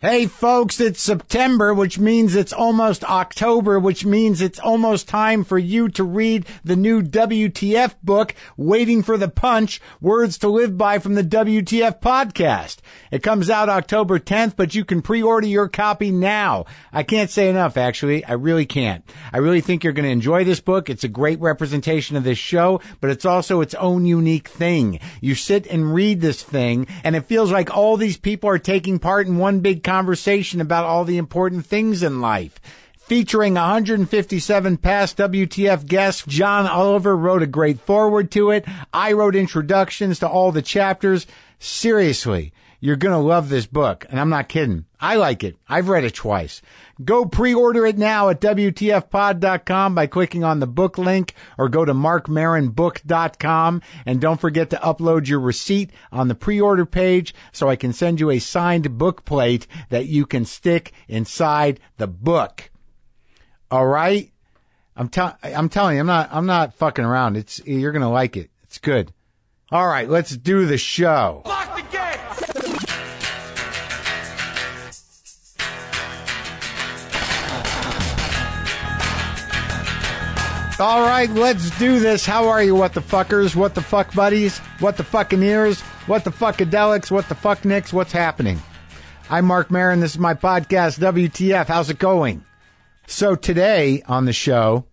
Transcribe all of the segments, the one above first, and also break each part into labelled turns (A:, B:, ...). A: Hey folks, it's September, which means it's almost October, which means it's almost time for you to read the new WTF book, Waiting for the Punch, Words to Live By from the WTF podcast. It comes out October 10th, but you can pre-order your copy now. I can't say enough, actually. I really can't. I really think you're going to enjoy this book. It's a great representation of this show, but it's also its own unique thing. You sit and read this thing, and it feels like all these people are taking part in one big conversation about all the important things in life. Featuring 157 past WTF guests, John Oliver wrote a great foreword to it. I wrote introductions to all the chapters. Seriously, you're going to love this book. And I'm not kidding. I like it. I've read it twice. Go pre-order it now at WTFpod.com by clicking on the book link or go to markmarinbook.com. And don't forget to upload your receipt on the pre-order page so I can send you a signed book plate that you can stick inside the book. All right. I'm telling, I'm telling you, I'm not, I'm not fucking around. It's, you're going to like it. It's good. All right. Let's do the show.
B: Lock the gate!
A: All right, let's do this. How are you, what the fuckers? What the fuck buddies? What the fucking ears? What the fuckadelics? What the fuck nicks? What's happening? I'm Mark Marin. This is my podcast, WTF. How's it going? So today on the show,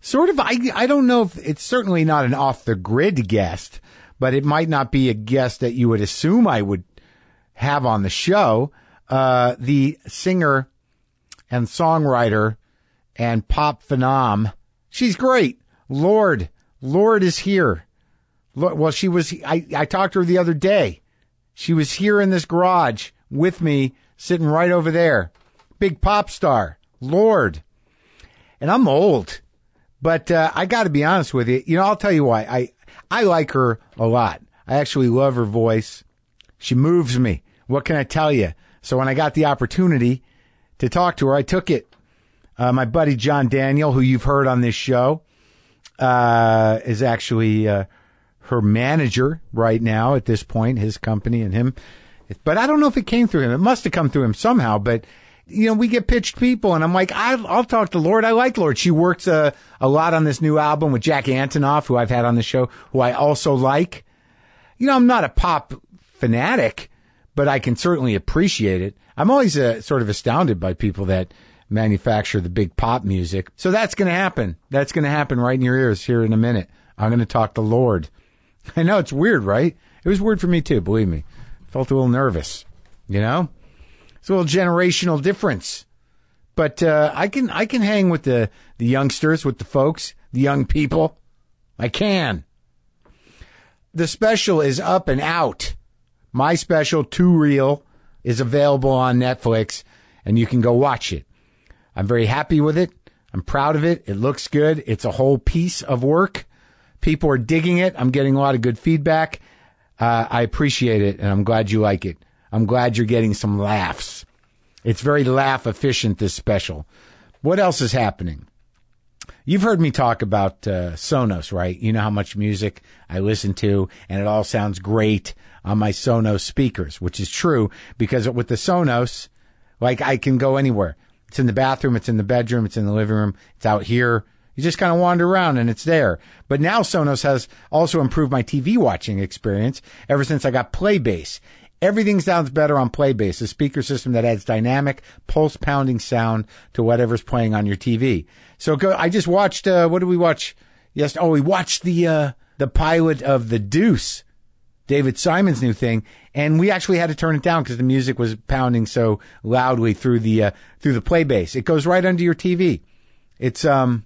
A: sort of, I, I don't know if it's certainly not an off the grid guest, but it might not be a guest that you would assume I would have on the show. Uh, the singer and songwriter and pop phenom. She's great. Lord, Lord is here. Lo- Well, she was, I, I talked to her the other day. She was here in this garage with me, sitting right over there. Big pop star, Lord. And I'm old, but uh, I got to be honest with you. You know, I'll tell you why. I, I like her a lot. I actually love her voice. She moves me. What can I tell you? So when I got the opportunity to talk to her, I took it. Uh, my buddy John Daniel, who you've heard on this show, uh, is actually uh, her manager right now at this point, his company and him. But I don't know if it came through him. It must have come through him somehow. But you know, we get pitched people, and I'm like, I, I'll talk to Lord. I like Lord. She worked uh, a lot on this new album with Jack Antonoff, who I've had on the show, who I also like you know, I'm not a pop fanatic, but I can certainly appreciate it. I'm always uh, sort of astounded by people that manufacture the big pop music. So that's going to happen. That's going to happen right in your ears here in a minute. I'm going to talk to Lord. I know it's weird, right? It was weird for me too, believe me. Felt a little nervous, you know? It's a little generational difference. But uh, I can I can hang with the, the youngsters, with the folks, the young people. I can the special is up and out. My special, Two Real, is available on Netflix and you can go watch it. I'm very happy with it. I'm proud of it. It looks good. It's a whole piece of work. People are digging it. I'm getting a lot of good feedback. Uh, I appreciate it and I'm glad you like it. I'm glad you're getting some laughs. It's very laugh efficient, this special. What else is happening? You've heard me talk about uh, Sonos, right? You know how much music I listen to, and it all sounds great on my Sonos speakers, which is true because with the Sonos, like I can go anywhere. It's in the bathroom, it's in the bedroom, it's in the living room, it's out here. You just kind of wander around and it's there. But now Sonos has also improved my TV watching experience ever since I got Playbase. Everything sounds better on Playbase, a speaker system that adds dynamic, pulse pounding sound to whatever's playing on your TV. So go, I just watched, uh, what did we watch? Yes. Oh, we watched the, uh, the pilot of The Deuce. David Simon's new thing, and we actually had to turn it down because the music was pounding so loudly through the uh, through the play base. It goes right under your TV. It's um,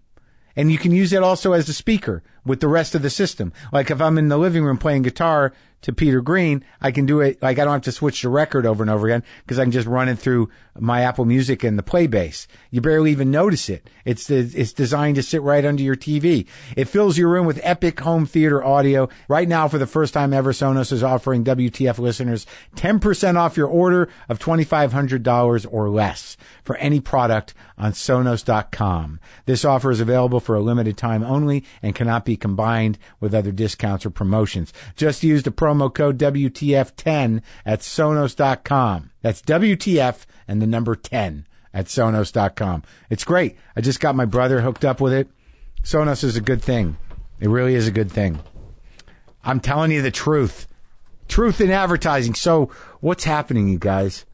A: and you can use it also as a speaker with the rest of the system. Like if I'm in the living room playing guitar to Peter Green, I can do it. Like I don't have to switch the record over and over again because I can just run it through my Apple Music and the play base. You barely even notice it. It's it's designed to sit right under your TV. It fills your room with epic home theater audio. Right now, for the first time ever, Sonos is offering WTF listeners 10% off your order of $2,500 or less for any product on Sonos.com. This offer is available for a limited time only and cannot be combined with other discounts or promotions. Just use the promo promo code WTF10 at Sonos.com. That's WTF and the number 10 at Sonos.com. It's great. I just got my brother hooked up with it. Sonos is a good thing. It really is a good thing. I'm telling you the truth. Truth in advertising. So what's happening, you guys?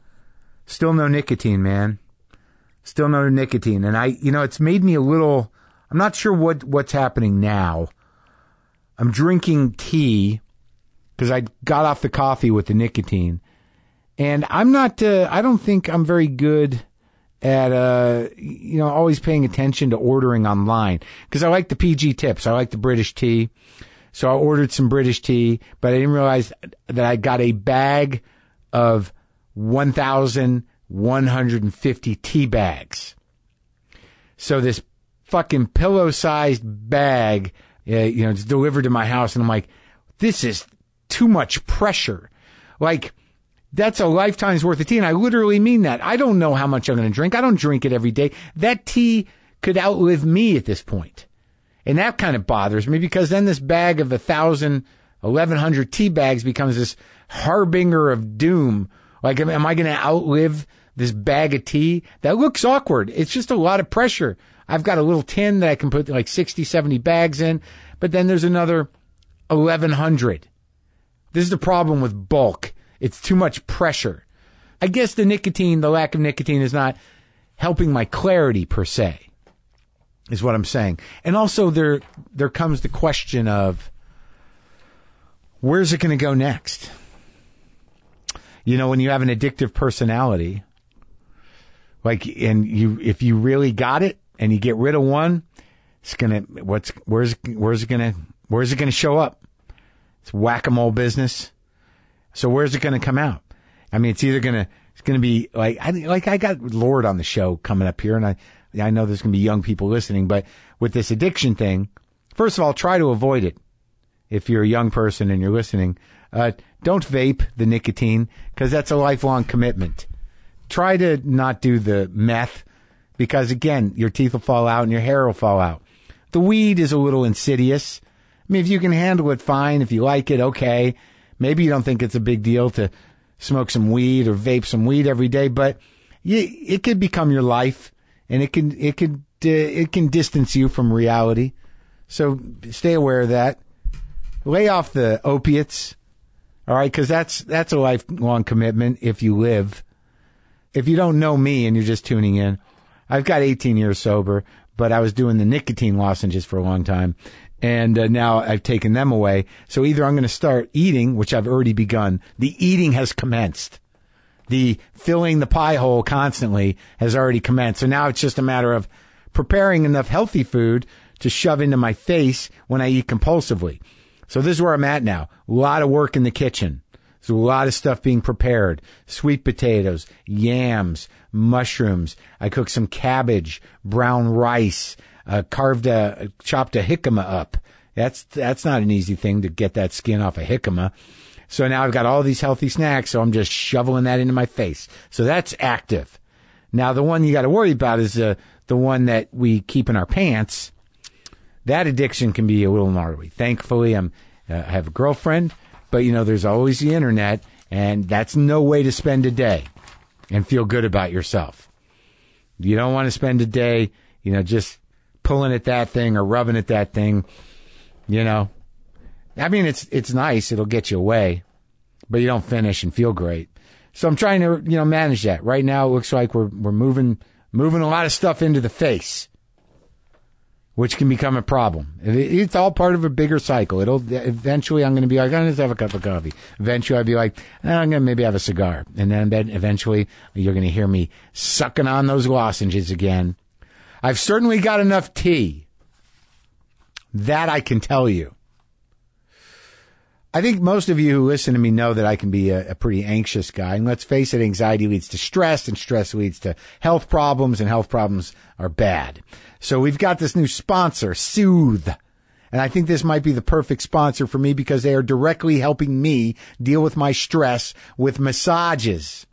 A: Still no nicotine, man. Still no nicotine. And I, you know, it's made me a little, I'm not sure what, what's happening now. I'm drinking tea because I got off the coffee with the nicotine. And I'm not, uh, I don't think I'm very good at, uh, you know, always paying attention to ordering online because I like the PG tips. I like the British tea. So I ordered some British tea, but I didn't realize that I got a bag of 1,150 tea bags. So this fucking pillow sized bag, uh, you know, it's delivered to my house. And I'm like, this is too much pressure. Like, that's a lifetime's worth of tea. And I literally mean that. I don't know how much I'm going to drink. I don't drink it every day. That tea could outlive me at this point. And that kind of bothers me because then this bag of a thousand, eleven hundred tea bags becomes this harbinger of doom. Like, am, am I going to outlive this bag of tea? That looks awkward. It's just a lot of pressure. I've got a little tin that I can put like 60, 70 bags in, but then there's another 1100. This is the problem with bulk. It's too much pressure. I guess the nicotine, the lack of nicotine is not helping my clarity per se is what I'm saying. And also there there comes the question of where's it going to go next? You know, when you have an addictive personality, like and you if you really got it and you get rid of one, it's going to what's where's where's it going to where's it going to show up? It's whack-a-mole business. So where's it going to come out? I mean, it's either going to it's going to be like I like I got Lord on the show coming up here, and I I know there's going to be young people listening, but with this addiction thing, first of all, try to avoid it. If you're a young person and you're listening, uh, don't vape the nicotine because that's a lifelong commitment. Try to not do the meth because again, your teeth will fall out and your hair will fall out. The weed is a little insidious. I mean, if you can handle it, fine. If you like it, okay. Maybe you don't think it's a big deal to smoke some weed or vape some weed every day, but you, it could become your life, and it can it can uh, it can distance you from reality. So stay aware of that. Lay off the opiates, all right? Because that's that's a lifelong commitment if you live. If you don't know me and you're just tuning in, I've got 18 years sober, but I was doing the nicotine lozenges for a long time. And uh, now I've taken them away. So either I'm going to start eating, which I've already begun. The eating has commenced. The filling the pie hole constantly has already commenced. So now it's just a matter of preparing enough healthy food to shove into my face when I eat compulsively. So this is where I'm at now. A lot of work in the kitchen. There's a lot of stuff being prepared. Sweet potatoes, yams, mushrooms. I cooked some cabbage, brown rice, uh, carved a, chopped a jicama up. That's, that's not an easy thing to get that skin off a jicama. So now I've got all these healthy snacks. So I'm just shoveling that into my face. So that's active. Now the one you got to worry about is uh, the one that we keep in our pants that addiction can be a little gnarly. Thankfully, I'm uh, I have a girlfriend, but you know there's always the internet, and that's no way to spend a day and feel good about yourself. You don't want to spend a day, you know, just pulling at that thing or rubbing at that thing. You know, I mean, it's it's nice; it'll get you away, but you don't finish and feel great. So I'm trying to you know manage that. Right now, it looks like we're we're moving moving a lot of stuff into the face which can become a problem. It- It's all part of a bigger cycle. It'll eventually. I'm going to be like, I'm going to have a cup of coffee. Eventually, I'll be like, "Eh, I'm going to maybe have a cigar, and then then eventually, you're going to hear me sucking on those lozenges again. I've certainly got enough tea. That I can tell you. I think most of you who listen to me know that I can be a, a pretty anxious guy. And let's face it, anxiety leads to stress and stress leads to health problems and health problems are bad. So we've got this new sponsor, Soothe. And I think this might be the perfect sponsor for me because they are directly helping me deal with my stress with massages.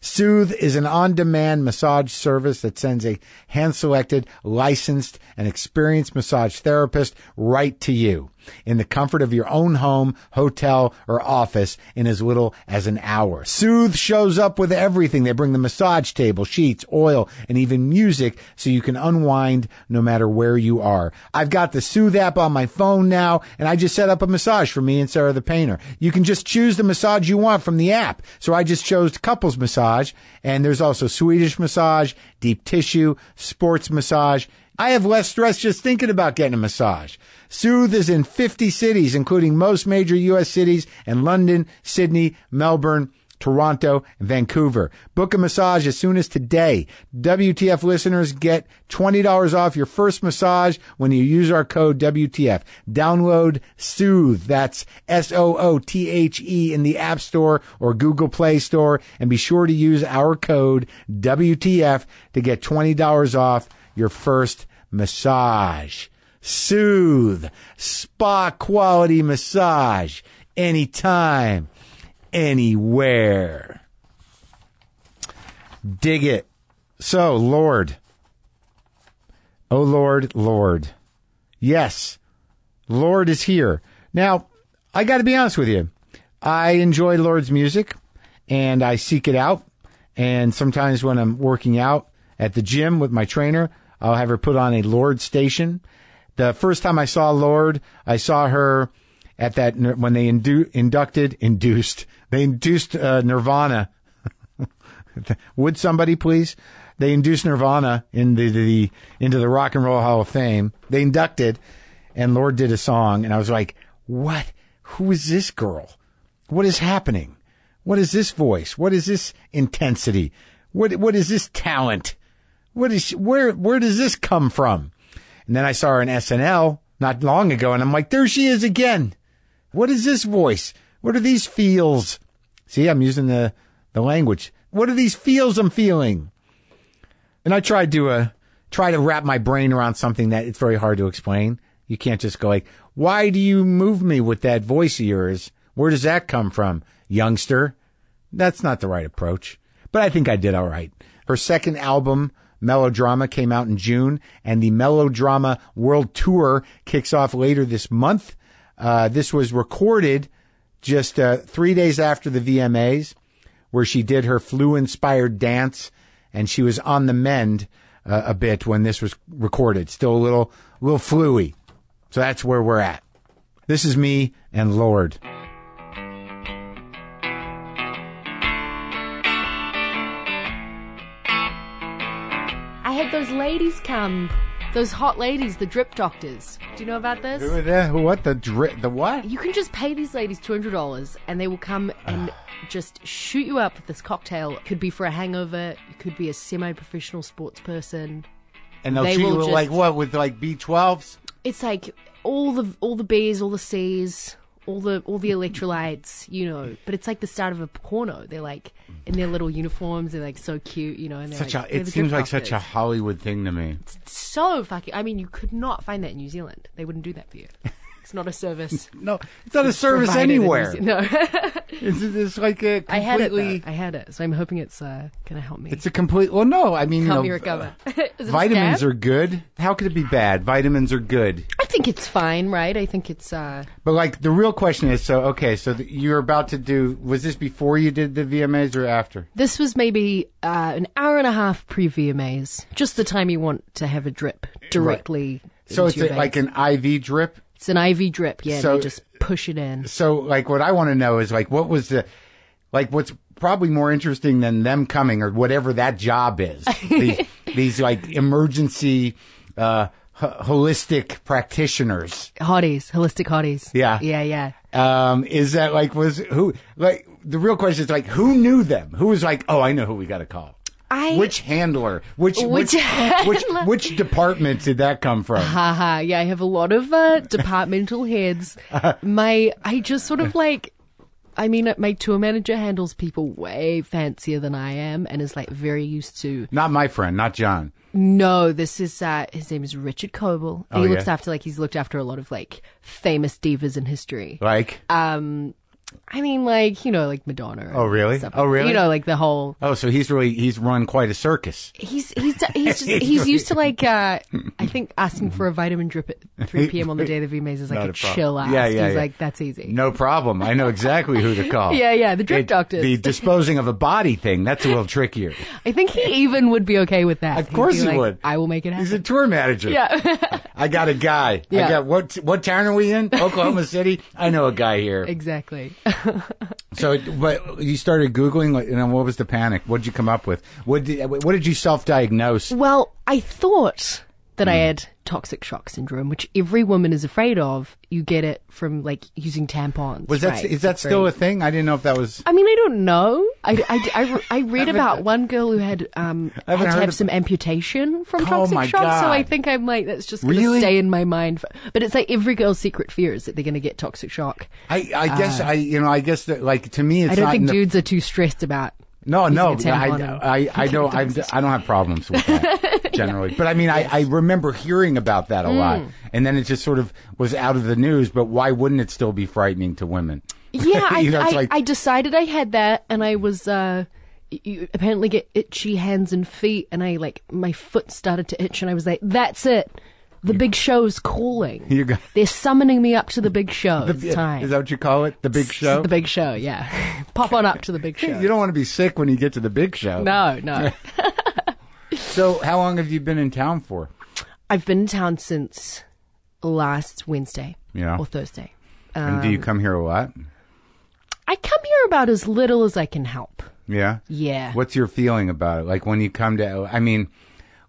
A: Soothe is an on-demand massage service that sends a hand-selected, licensed, and experienced massage therapist right to you. in the comfort of your own home, hotel, or office in as little as an hour. Soothe shows up with everything. They bring the massage table, sheets, oil, and even music so you can unwind no matter where you are. I've got the Soothe app on my phone now, and I just set up a massage for me and Sarah the painter. You can just choose the massage you want from the app. So I just chose couples massage, and there's also Swedish massage, deep tissue, sports massage, I have less stress just thinking about getting a massage. Soothe is in 50 cities, including most major U.S. cities and London, Sydney, Melbourne, Toronto, and Vancouver. Book a massage as soon as today. WTF listeners get $20 off your first massage when you use our code WTF. Download Soothe. That's S-O-O-T-H-E E in the App Store or Google Play Store. And be sure to use our code WTF to get $20 off your first massage. Soothe, spa quality massage, anytime, anywhere. Dig it. So, Lord. Oh, Lord, Lord. Yes, Lord is here. Now, I got to be honest with you. I enjoy Lord's music and I seek it out. And sometimes when I'm working out at the gym with my trainer, I'll have her put on a Lord station. The first time I saw Lord, I saw her at that when they indu- inducted, induced, they induced uh, Nirvana. Would somebody please? They induced Nirvana in the, the into the Rock and Roll Hall of Fame. They inducted, and Lord did a song, and I was like, "What? Who is this girl? What is happening? What is this voice? What is this intensity? What what is this talent? What is she, where where does this come from? And then I saw her in SNL not long ago, and I'm like, there she is again. What is this voice? What are these feels? See, I'm using the the language. What are these feels I'm feeling? And I tried to uh, try to wrap my brain around something that it's very hard to explain. You can't just go like, why do you move me with that voice of yours? Where does that come from, youngster? That's not the right approach. But I think I did all right. Her second album, Melodrama came out in June, and the Melodrama World Tour kicks off later this month. Uh, this was recorded just uh, three days after the VMAs, where she did her flu inspired dance, and she was on the mend uh, a bit when this was recorded. Still a little, little fluey. So that's where we're at. This is me and Lord.
C: I had those ladies come, those hot ladies, the drip doctors. Do you know about this?
A: Who are the, who, what the dri- the what?
C: You can just pay these ladies two hundred dollars, and they will come and
A: Ah.
C: just shoot you up with this cocktail. It could be for a hangover. It could be a semi-professional sports person.
A: And they'll
C: they
A: treat
C: will
A: you
C: just-
A: like what with like B12s.
C: It's like all the all the B's, all the C's, all the all the electrolytes, you know. But it's like the start of a porno. They're like in their little uniforms. They're like so cute, you know. And they're
A: Such
C: like,
A: a,
C: they're
A: it
C: the
A: seems
C: drip
A: like such a
C: doctors.
A: Hollywood thing to me.
C: so fucking. I mean, you could not find that in New Zealand. They wouldn't do that for you. It's not a service.
A: No, it's not a service
C: provided in New
A: anywhere.
C: Ze- No.
A: It's, it's like a completely.
C: I had it. Though. I had it. So I'm hoping it's uh, gonna help me.
A: It's a complete. Well, no, I mean,
C: help
A: you
C: me
A: know, uh,
C: recover.
A: vitamins are good. How could it be bad? Vitamins are good.
C: I think it's fine, right? I think it's. uh
A: But like the real question is, so okay, so th you're about to do. Was this before you did the VMAs or after?
C: This was maybe uh, an hour and a half pre VMAs, just the time you want to have a drip directly.
A: So
C: into
A: it's
C: your
A: a,
C: vein.
A: like an IV drip.
C: it's an IV drip, yeah.
A: So-
C: and you just push it in.
A: So like what I want to know is like what was the, like what's probably more interesting than them coming or whatever that job is. these, these like emergency, uh, ho- holistic practitioners.
C: Hotties, holistic hotties.
A: Yeah.
C: yeah, yeah.
A: um, is that like was who like the real question is like who knew them? Who was like, oh, I know who we got to call.
C: I-
A: which handler? Which
C: Which
A: which which, which department did that come from?
C: Haha, yeah, I have a lot of uh, departmental heads. My, I just sort of like, I mean, uh, my tour manager handles people way fancier than I am and is like very used to.
A: Not my friend, not John.
C: No, this is, uh, his name is Richard Coble.
A: Oh,
C: he looks
A: yeah.
C: after, like, he's looked after a lot of like famous divas in history.
A: Like
C: Um, I mean, like you know, like Madonna. and
A: Oh, really?
C: stuff.
A: Oh, really?
C: You know, like the whole
A: Oh, so he's really he's run quite a circus.
C: he's he's he's just, he's used to like uh I think asking for a vitamin drip at 3 p.m. on the day of the VMAs is like
A: Not
C: a,
A: a problem.
C: chill ass.
A: Yeah, yeah,
C: he's
A: yeah.
C: like that's easy.
A: No problem. I know exactly who to call.
C: Yeah, yeah, the drip
A: It-
C: doctors.
A: The disposing of a body thing, that's a little trickier.
C: I think he even would be okay with that.
A: Of
C: He'd be
A: course he
C: like,
A: would.
C: I will make it happen.
A: He's a tour manager.
C: yeah,
A: I got a guy. I
C: Yeah.
A: got what what town are we in? Oklahoma City? I know a guy here.
C: exactly.
A: So but you started googling like, and then what was the panic? What did you come up with? What did what did you self-diagnose?
C: Well, I thought that
A: Hmm.
C: I had toxic shock syndrome, which every woman is afraid of. You get it from like using tampons.
A: Was that
C: right?
A: is that
C: It's
A: still
C: very-
A: a thing? I didn't know if that was
C: I mean, I don't know. I, I, I, I read about one girl who had um had
A: haven't
C: to
A: heard
C: have
A: of-
C: some amputation from
A: Oh
C: toxic
A: my
C: shock. So I
A: God.
C: think I'm like that's just gonna
A: Really?
C: stay in my mind. For, but it's like every girl's secret fear is that they're gonna get toxic shock.
A: I, I guess I you know I guess that like to me it's
C: Uh, I don't
A: not in
C: think
A: the-
C: dudes are too stressed about.
A: No,
C: using
A: no,
C: a
A: I,
C: tampon and-
A: I, I don't, I, I don't have problems with that generally. But I mean, I, I remember hearing about that a lot,
C: Mm.
A: and then it just sort of was out of the news. But why wouldn't it still be frightening to women?
C: Yeah, I,
A: You know, it's
C: I,
A: like-
C: I decided I had that, and I was uh, you apparently get itchy hands and feet, and I like my foot started to itch, and I was like, "That's it, the big show's calling.
A: You got-
C: They're summoning me up to the big show. it's time.
A: Is that what you call it? The big show.
C: The big show, yeah. Pop on up to the big show.
A: you don't want to be sick when you get to the big show.
C: No, no.
A: So, how long have you been in town for?
C: I've been in town since last Wednesday
A: Yeah.
C: or Thursday.
A: And do you
C: Um,
A: come here a lot?
C: I come here about as little as I can help.
A: Yeah.
C: Yeah.
A: What's your feeling about it? Like when you come to, I mean,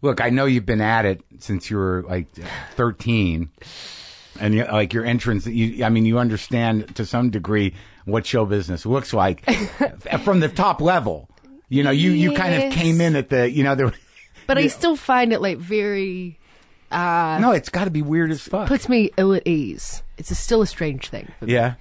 A: look, I know you've been at it since you were like 13 and you, like your entrance, you, I mean, you understand to some degree what show business looks like f- from the top level. You know, you, you kind of
C: Yes.
A: came in at the, you know, there,
C: But I still find it like very
A: no, it's got to be weird as fuck.
C: puts me ill at ease. It's a, still a strange thing. For me.
A: yeah.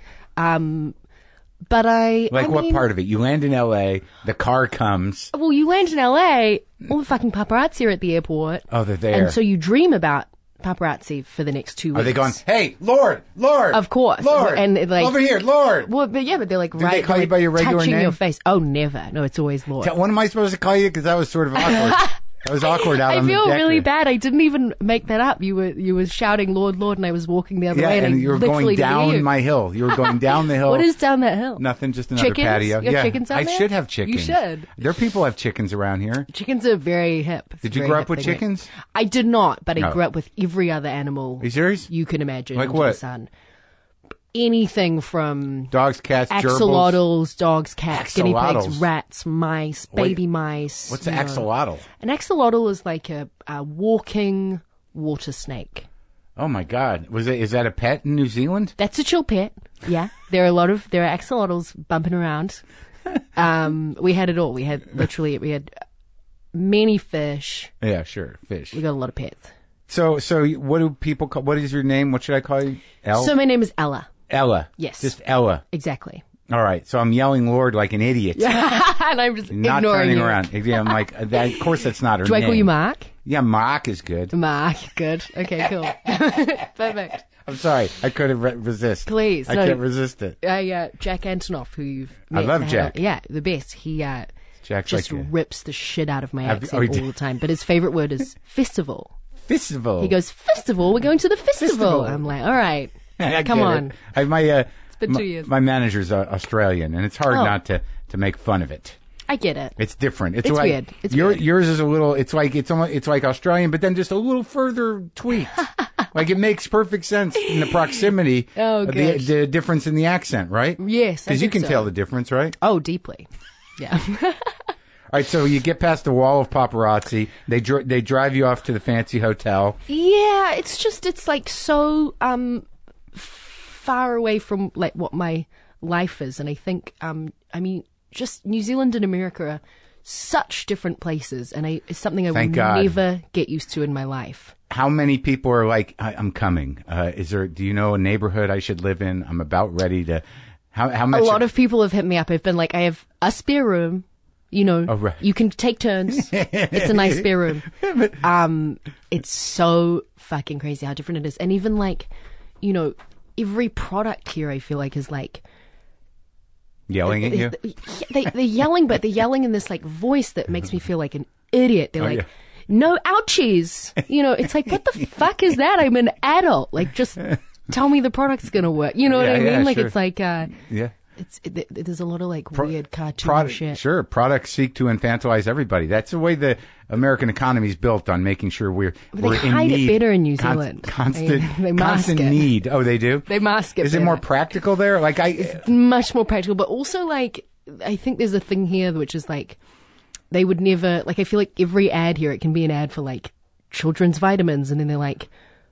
C: But I
A: Like
C: I
A: what
C: mean,
A: part of it? You land in LA, the car comes.
C: Well, you land in LA, all the fucking paparazzi are at the airport.
A: Oh, they're there.
C: And so you dream about paparazzi for the next two weeks.
A: Are they going, hey, Lord, Lord.
C: Of course.
A: Lord.
C: And, like-
A: over here, Lord.
C: Well, but yeah, but they're like
A: they
C: right.
A: call
C: they're,
A: you by
C: like,
A: your regular
C: touching
A: name?
C: your face. Oh, never. No, it's always Lord.
A: What am I supposed to call you? Because that was sort of awkward. that was awkward out
C: I
A: on
C: feel
A: the deck.
C: really
A: there.
C: bad. I didn't even make that up. You were you were shouting Lord Lord and I was walking the other
A: Yeah,
C: way and,
A: and
C: I
A: you were going
C: literally
A: down
C: knew.
A: my hill. You were going down the hill.
C: What is down that hill?
A: nothing? Just another
C: Chickens?
A: patio.
C: You have
A: yeah,
C: chickens down
A: I
C: there?
A: should have
C: You
A: chickens.
C: should.
A: There are people who have chickens around here.
C: Chickens are very hip. It's
A: Did you
C: a very
A: grow up
C: hip
A: with
C: thing.
A: chickens?
C: I did not, but I
A: No.
C: grew up with every other animal
A: Are you serious?
C: you can imagine.
A: Like
C: under
A: what?
C: The sun. Anything from
A: Dogs, cats, gerbils.
C: axolotls, dogs, cats, guinea
A: Axolotls.
C: pigs, rats, mice, baby mice.
A: What's
C: you
A: an
C: know.
A: axolotl?
C: An axolotl is like a, a walking water snake.
A: Oh my God! Was it? Is that a pet in New Zealand?
C: That's a chill pet. Yeah, there are a lot of there are axolotls bumping around. Um, we had it all. We had literally we had many fish.
A: Yeah, sure. Fish.
C: We got a lot of pets.
A: So, so what do people call? What is your name? What should I call you? El-
C: So my name is Ella.
A: Ella.
C: Yes.
A: Just Ella.
C: Exactly.
A: All right. So I'm yelling Lord like an idiot.
C: and I'm just
A: Not
C: ignoring
A: turning
C: you.
A: around. Yeah, I'm like, uh, that, of course that's not her
C: Do I
A: name.
C: call you Mark?
A: Yeah, Mark is good.
C: Mark, good. Okay, cool. Perfect.
A: I'm sorry, I couldn't re- resist.
C: Please,
A: I
C: no.
A: can't resist it.
C: I, uh, Jack Antonoff, who you've
A: I
C: met,
A: love
C: had
A: Jack.
C: on- yeah, the best. He uh,
A: Jack's
C: just
A: like a-
C: rips the shit out of my
A: Have you-
C: accent
A: oh, he did.
C: all the time. But his favorite word is festival.
A: Festival.
C: He goes, festival. We're going to the festival.
A: Festival.
C: I'm like, all right,
A: I
C: come
A: get it.
C: on.
A: I, my uh, it's
C: been
A: my,
C: two years.
A: My manager's uh, Australian, and it's hard
C: Oh.
A: not to to make fun of it.
C: I get it.
A: It's different. It's,
C: It's
A: like,
C: weird. It's
A: your,
C: weird.
A: Yours is a little. It's like it's almost, it's like Australian, but then just a little further tweaked. like it makes perfect sense in the proximity.
C: Oh,
A: of the,
C: gosh.
A: the difference in the accent, right?
C: Yes, I
A: because you
C: think
A: can
C: so.
A: tell the difference, right?
C: Oh, deeply. Yeah.
A: All right, so you get past the wall of paparazzi. They dr- they drive you off to the fancy hotel.
C: yeah, it's just, it's like so um, far away from like what my life is. And I think, um, I mean, just New Zealand and America are such different places. And I, it's something I
A: Thank
C: will
A: God.
C: never get used to in my life.
A: How many people are like, I- "I'm coming"? Uh, is there? Do you know a neighborhood I should live in? I'm about ready to. How how much?
C: a lot of people have hit me up. I've been like, I have a spare room. You know,
A: Oh, right.
C: you can take turns. it's a nice spare room. Um, it's so fucking crazy how different it is, and even like, you know, every product here I feel like is like
A: Yelling at you?
C: They, they're yelling, but they're yelling in this like voice that makes me feel like an idiot. They're like,
A: Oh, yeah.
C: no ouchies. You know, it's like, what the fuck is that? I'm an adult. Like, just tell me the product's going to work. You know
A: Yeah,
C: what I mean?
A: yeah,
C: like,
A: sure.
C: it's like, uh,
A: Yeah.
C: it's, it, th- there's a lot of like weird cartoon
A: Product-
C: shit.
A: Sure, products seek to infantilize everybody. That's the way the American economy is built on making sure we're
C: they
A: we're in
C: hide it
A: need.
C: better in New
A: Con-
C: Zealand.
A: constant,
C: They- they mask
A: constant
C: it.
A: need. Oh, they do.
C: They mask it
A: Is it more
C: better.
A: practical there? Like I,
C: much more practical, but also like I think there's a thing here which is like they would never like I feel like every ad here it can be an ad for like children's vitamins and then they're like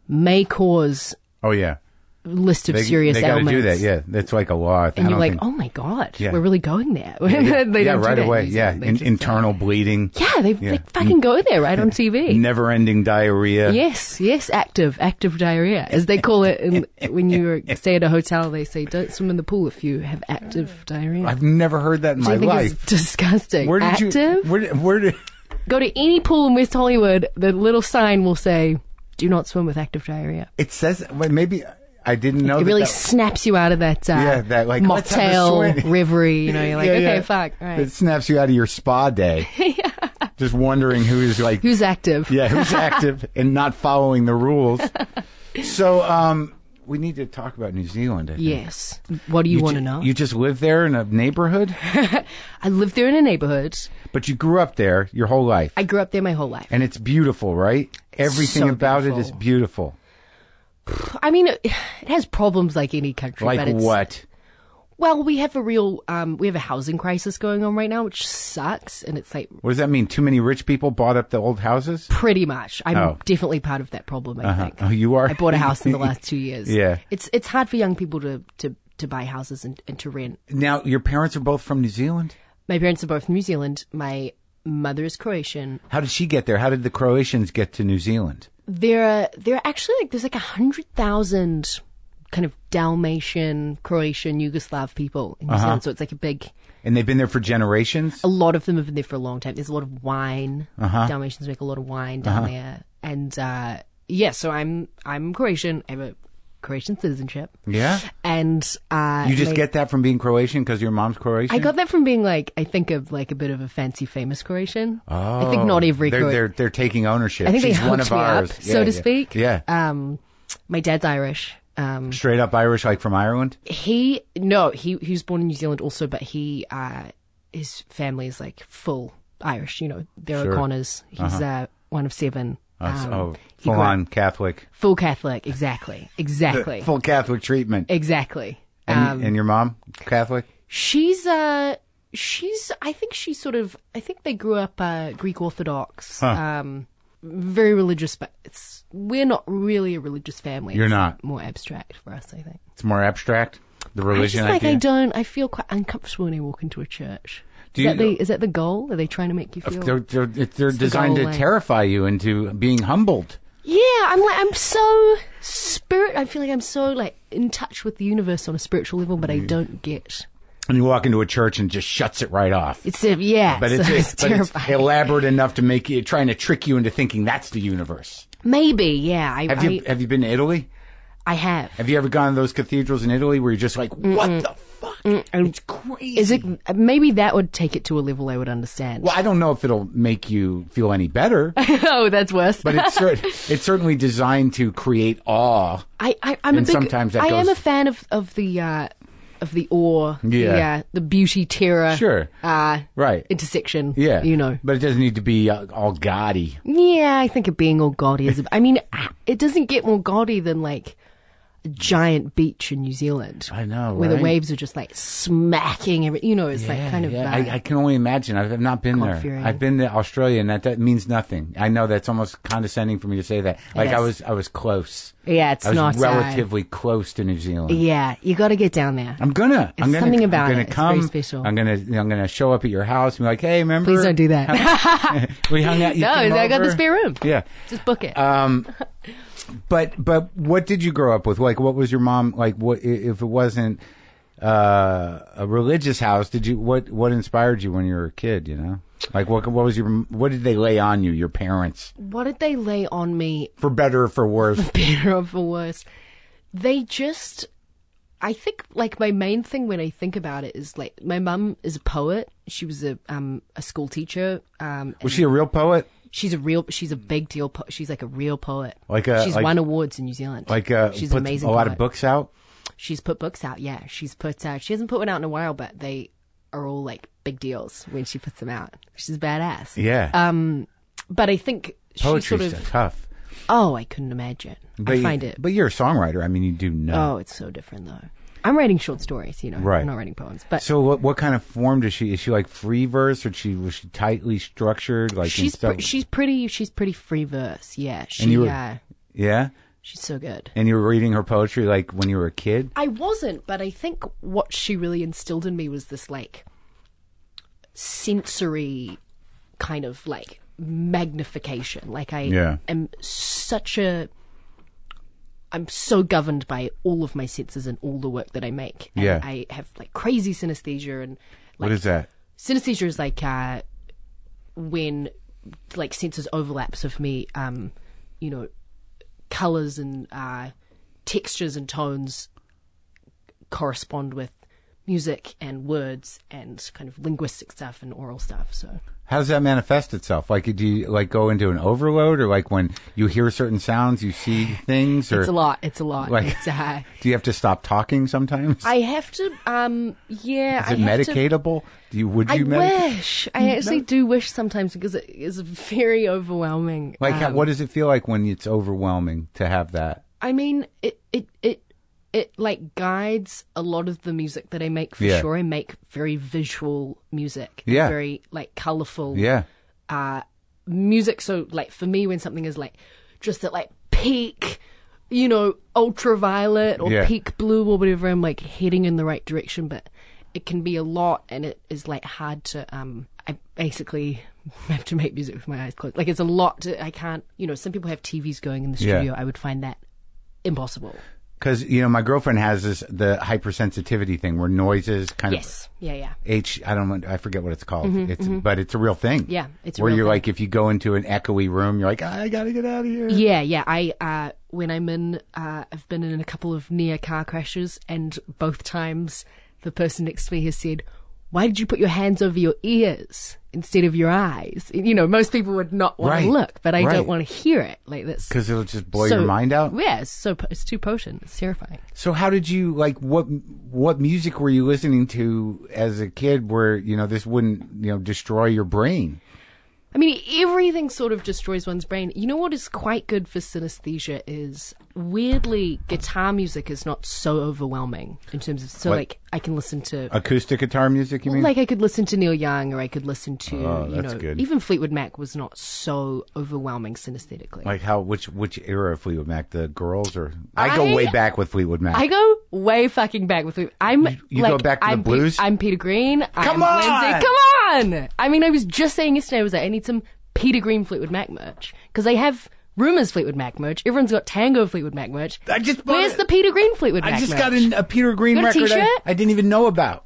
C: may cause
A: oh yeah,
C: list of
A: they,
C: serious
A: they gotta
C: ailments.
A: do that. Yeah, that's like a law. I
C: And you're
A: don't
C: like,
A: think-
C: oh my god,
A: Yeah.
C: we're really going there. they
A: yeah,
C: don't do
A: right
C: that in
A: away.
C: New
A: Yeah,
C: Zealand. They
A: in,
C: just-
A: internal bleeding.
C: yeah, they, they fucking go there right on TV.
A: Never-ending diarrhea.
C: Yes, yes, active, active diarrhea, as they call it. In, when you stay at a hotel, they say don't swim in the pool if you have active diarrhea.
A: I've never heard that in
C: Which
A: my
C: I think
A: life.
C: is disgusting.
A: Where did
C: active?
A: you? Where, did- where did?
C: Go to any pool in West Hollywood, the little sign will say, do not swim with active diarrhea.
A: It says well, maybe I didn't know.
C: It
A: Oh, that
C: really
A: that-
C: snaps you out of that, uh,
A: Yeah, that, like, let's have a
C: mocktail
A: swim.
C: reverie. You know, you're like,
A: Yeah,
C: okay,
A: yeah.
C: fuck, all
A: It
C: right.
A: snaps you out of your spa day. Just wondering who is like,
C: Who's active?
A: yeah, who's active and not following the rules. So, um, we need to talk about New Zealand. I think.
C: Yes. What do you, want
A: ju-
C: to know?
A: You just live there in a neighborhood,
C: I lived there in a neighborhood.
A: but you grew up there your whole life,
C: I grew up there my whole life.
A: and it's beautiful, right? Everything
C: so
A: about it
C: beautiful.
A: is beautiful.
C: I mean, it, it has problems like any country, but
A: Like
C: it's,
A: what?
C: well, we have a real, um, we have a housing crisis going on right now, which sucks. And it's like
A: What does that mean? Too many rich people bought up the old houses?
C: pretty much. I'm
A: Oh.
C: definitely part of that problem, I think.
A: Oh, you are.
C: I bought a house in the last two years.
A: Yeah.
C: It's it's hard for young people to to, to buy houses and, and to rent.
A: Now, your parents are both from New Zealand.
C: My parents are both from New Zealand. My mother is Croatian.
A: How did she get there? How did the Croatians get to New Zealand?
C: There are there are actually like there's like a hundred thousand kind of Dalmatian, Croatian, Yugoslav people in New
A: Uh-huh.
C: Zealand. So it's like a big
A: And they've been there for generations.
C: a lot of them have been there for a long time. There's a lot of wine.
A: Uh-huh.
C: Dalmatians make a lot of wine down there. And uh yeah, so I'm I'm Croatian. I have a Croatian citizenship.
A: Yeah.
C: And uh
A: You just
C: my-
A: get that from being Croatian because your mom's Croatian.
C: I got that from being like I think of like a bit of a fancy famous Croatian. I think not every
A: Oh. They're,
C: Croatian.
A: they're they're taking ownership.
C: I think
A: She's
C: they
A: one
C: hooked
A: of
C: me
A: ours,
C: up, so
A: Yeah,
C: to
A: yeah.
C: speak.
A: Yeah,
C: Um, my dad's Irish. Um,
A: straight up Irish, like from Ireland.
C: he no, he he was born in New Zealand also, but he uh, his family is like full Irish. You know, they're O'Connors. He's uh one of seven. Um,
A: Uh-huh. oh,
C: he
A: full
C: grew up-
A: on Catholic,
C: full Catholic. Exactly, exactly, um,
A: full Catholic treatment.
C: exactly.
A: And, and your mom Catholic.
C: She's uh she's I think she sort of I think they grew up uh Greek Orthodox. Um very religious but it's we're not really a religious family.
A: You're
C: It's
A: not.
C: more abstract for us, I think.
A: It's more abstract. The
C: I
A: religion
C: just like I
A: idea.
C: don't I feel quite uncomfortable when I walk into a church.
A: Do
C: is, that
A: you-
C: the, is that the goal? Are they trying to make you feel?
A: They're they're, they're designed
C: goal
A: to
C: line.
A: terrify you into being humbled.
C: yeah, I'm like I'm so spirit. I feel like I'm so like in touch with the universe on a spiritual level, but I
A: Mm.
C: don't get.
A: And you walk into a church and just shuts it right off.
C: It's a, yeah,
A: but
C: so
A: it's,
C: it's
A: but it's
C: terrifying.
A: elaborate enough to make you trying to trick you into thinking that's the universe.
C: Maybe yeah. I
A: Have
C: I,
A: you have you been to Italy?
C: I have.
A: Have you ever gone to those cathedrals in Italy where you're just like, what the fuck? It's crazy.
C: Is it maybe that would take it to a level I would understand?
A: Well, I don't know if it'll make you feel any better, but
C: oh, that's worse. But
A: it's cer- it's certainly designed to create awe.
C: I, I, I'm
A: And
C: a big,
A: sometimes that
C: I am
A: goes-
C: a fan of of the uh, of the awe,
A: Yeah.
C: the, uh, the beauty terror,
A: Sure.
C: uh,
A: Right.
C: intersection,
A: Yeah,
C: you know.
A: but it doesn't need to be uh, all gaudy.
C: Yeah, I think of being all gaudy is. I mean, it doesn't get more gaudy than like a giant beach in New Zealand.
A: I know,
C: where
A: right?
C: the waves are just like smacking. Every, you know, it's like kind of.
A: Yeah,
C: uh,
A: I, I can only imagine. I've, I've not been there.
C: Conferring.
A: I've been to Australia, and that, that means nothing. I know that's almost condescending for me to say that. Like I
C: is.
A: was, I was close.
C: Yeah, it's
A: I was
C: not, uh,
A: relatively close to New Zealand.
C: yeah, you got to get down there.
A: I'm gonna. I'm
C: It's
A: gonna,
C: something about
A: I'm gonna
C: it. It's
A: Come,
C: very special.
A: I'm gonna. I'm gonna show up at your house and be like, "Hey, remember?
C: Please don't do that.
A: We hung out. You
C: no,
A: came
C: I got
A: over?"
C: the spare room.
A: Yeah, Um,
C: Just book it.
A: Uh, but but what did you grow up with? Like, what was your mom like? What i- if it wasn't uh, a religious house? Did you what what inspired you when you were a kid? You know, like what what was your what did they lay on you? Your parents,
C: what did they lay on me
A: for better or for worse.
C: better or for worse? They just, I think like my main thing when I think about it is like my mum is a poet. She was a um a school teacher. Um,
A: Was she a real poet?
C: she's a real she's a big deal. Po- she's like a real poet.
A: Like a-
C: she's
A: like-
C: won awards in New Zealand.
A: Like uh,
C: she's
A: puts
C: an amazing.
A: a lot
C: poet.
A: of books out.
C: She's put books out. Yeah, she's put out. She hasn't put one out in a while, but they are all like big deals when she puts them out. She's badass.
A: Yeah,
C: But I think Uh, she
A: poetry's
C: sort of.
A: tough.
C: Oh, I couldn't imagine.
A: But
C: I
A: you-
C: find it.
A: But you're a songwriter. I mean, you do know.
C: Oh, it's so different though. I'm writing short stories, you know.
A: Right.
C: I'm not writing poems, but
A: So what what kind of form does she? Is she like free verse, or she was she tightly structured? Like in
C: she's
A: stuff?
C: pre- she's pretty she's pretty free verse. Yeah, she
A: you were-
C: uh,
A: yeah.
C: she's so good.
A: And you were reading her poetry like when you were a kid.
C: I wasn't, but I think what she really instilled in me was this like sensory kind of like magnification. Like I
A: Yeah.
C: am such a I'm so governed by all of my senses and all the work that I make. And
A: Yeah.
C: I have like crazy synesthesia and like
A: What is that?
C: synesthesia is like uh, when like senses overlap. So for me, um, you know, colors and uh, textures and tones correspond with music and words and kind of linguistic stuff and oral stuff. So
A: How does that manifest itself? Like, do you like go into an overload, or like when you hear certain sounds, you see things, or
C: it's a lot. It's a lot.
A: Like-
C: it's, uh,
A: do you have to stop talking sometimes?
C: I have to. Um, yeah.
A: is it
C: I have to-
A: medicatable? Do you would
C: I
A: you medicate?
C: wish. I actually do wish sometimes because it is very overwhelming.
A: Like, how,
C: um,
A: what does it feel like when it's overwhelming to have that?
C: I mean, it it it it like guides a lot of the music that I make for
A: Yeah.
C: sure. I make very visual music,
A: Yeah.
C: very like colorful,
A: Yeah,
C: uh, music. So like for me, when something is like just at like peak, you know, ultraviolet or
A: Yeah.
C: peak blue or whatever, I'm like heading in the right direction, but it can be a lot, and it is like hard to. Um, I basically have to make music with my eyes closed. Like it's a lot. To, I can't. You know, some people have TVs going in the
A: Yeah.
C: studio. I would find that impossible.
A: because you know my girlfriend has this the hypersensitivity thing where noises kind of
C: Yes. Yeah. Yeah.
A: H. I don't. want- I forget what it's called. it's but it's a real thing.
C: Mm-hmm, Yeah, it's a
A: where
C: real
A: you're
C: thing.
A: like if you go into an echoey room, you're like I gotta get out of here.
C: Yeah, yeah. I uh, when I'm in, uh, I've been in a couple of near car crashes, and both times the person next to me has said, "Why did you put your hands over your ears instead of your eyes?" You know, most people would not want
A: Right,
C: to look, but I
A: right.
C: don't want to hear it. Like that's
A: Because it'll just blow
C: so-
A: your mind out.
C: Yeah, it's so po- it's too potent. It's terrifying.
A: So how did you like what what music were you listening to as a kid where you know this wouldn't you know destroy your brain?
C: I mean, everything sort of destroys one's brain. You know what is quite good for synesthesia is weirdly guitar music is not so overwhelming in terms of so
A: What?
C: like I can listen to
A: Acoustic guitar music, you mean? Oh,
C: Like I could listen to Neil Young, or I could listen to you
A: that's
C: know
A: good.
C: even Fleetwood Mac was not so overwhelming synesthetically.
A: Like how which which era of Fleetwood Mac? The girls or I, go
C: I-
A: way back with Fleetwood Mac.
C: I go way fucking back with Fleetwood. I'm
A: you
C: like,
A: go back to the
C: I'm Pe-
A: blues?
C: I'm Peter Green.
A: Come
C: I'm
A: on!
C: Lindsay. come on! I mean, I was just saying yesterday. I was like, I need some Peter Green Fleetwood Mac merch because they have rumors Fleetwood Mac merch. Everyone's got Tango Fleetwood Mac merch.
A: I just bought
C: Where's
A: it.
C: the Peter Green Fleetwood Mac
A: I just
C: merch?
A: got an, a Peter Green
C: You got a
A: record I,
C: t-shirt?
A: I didn't even know about.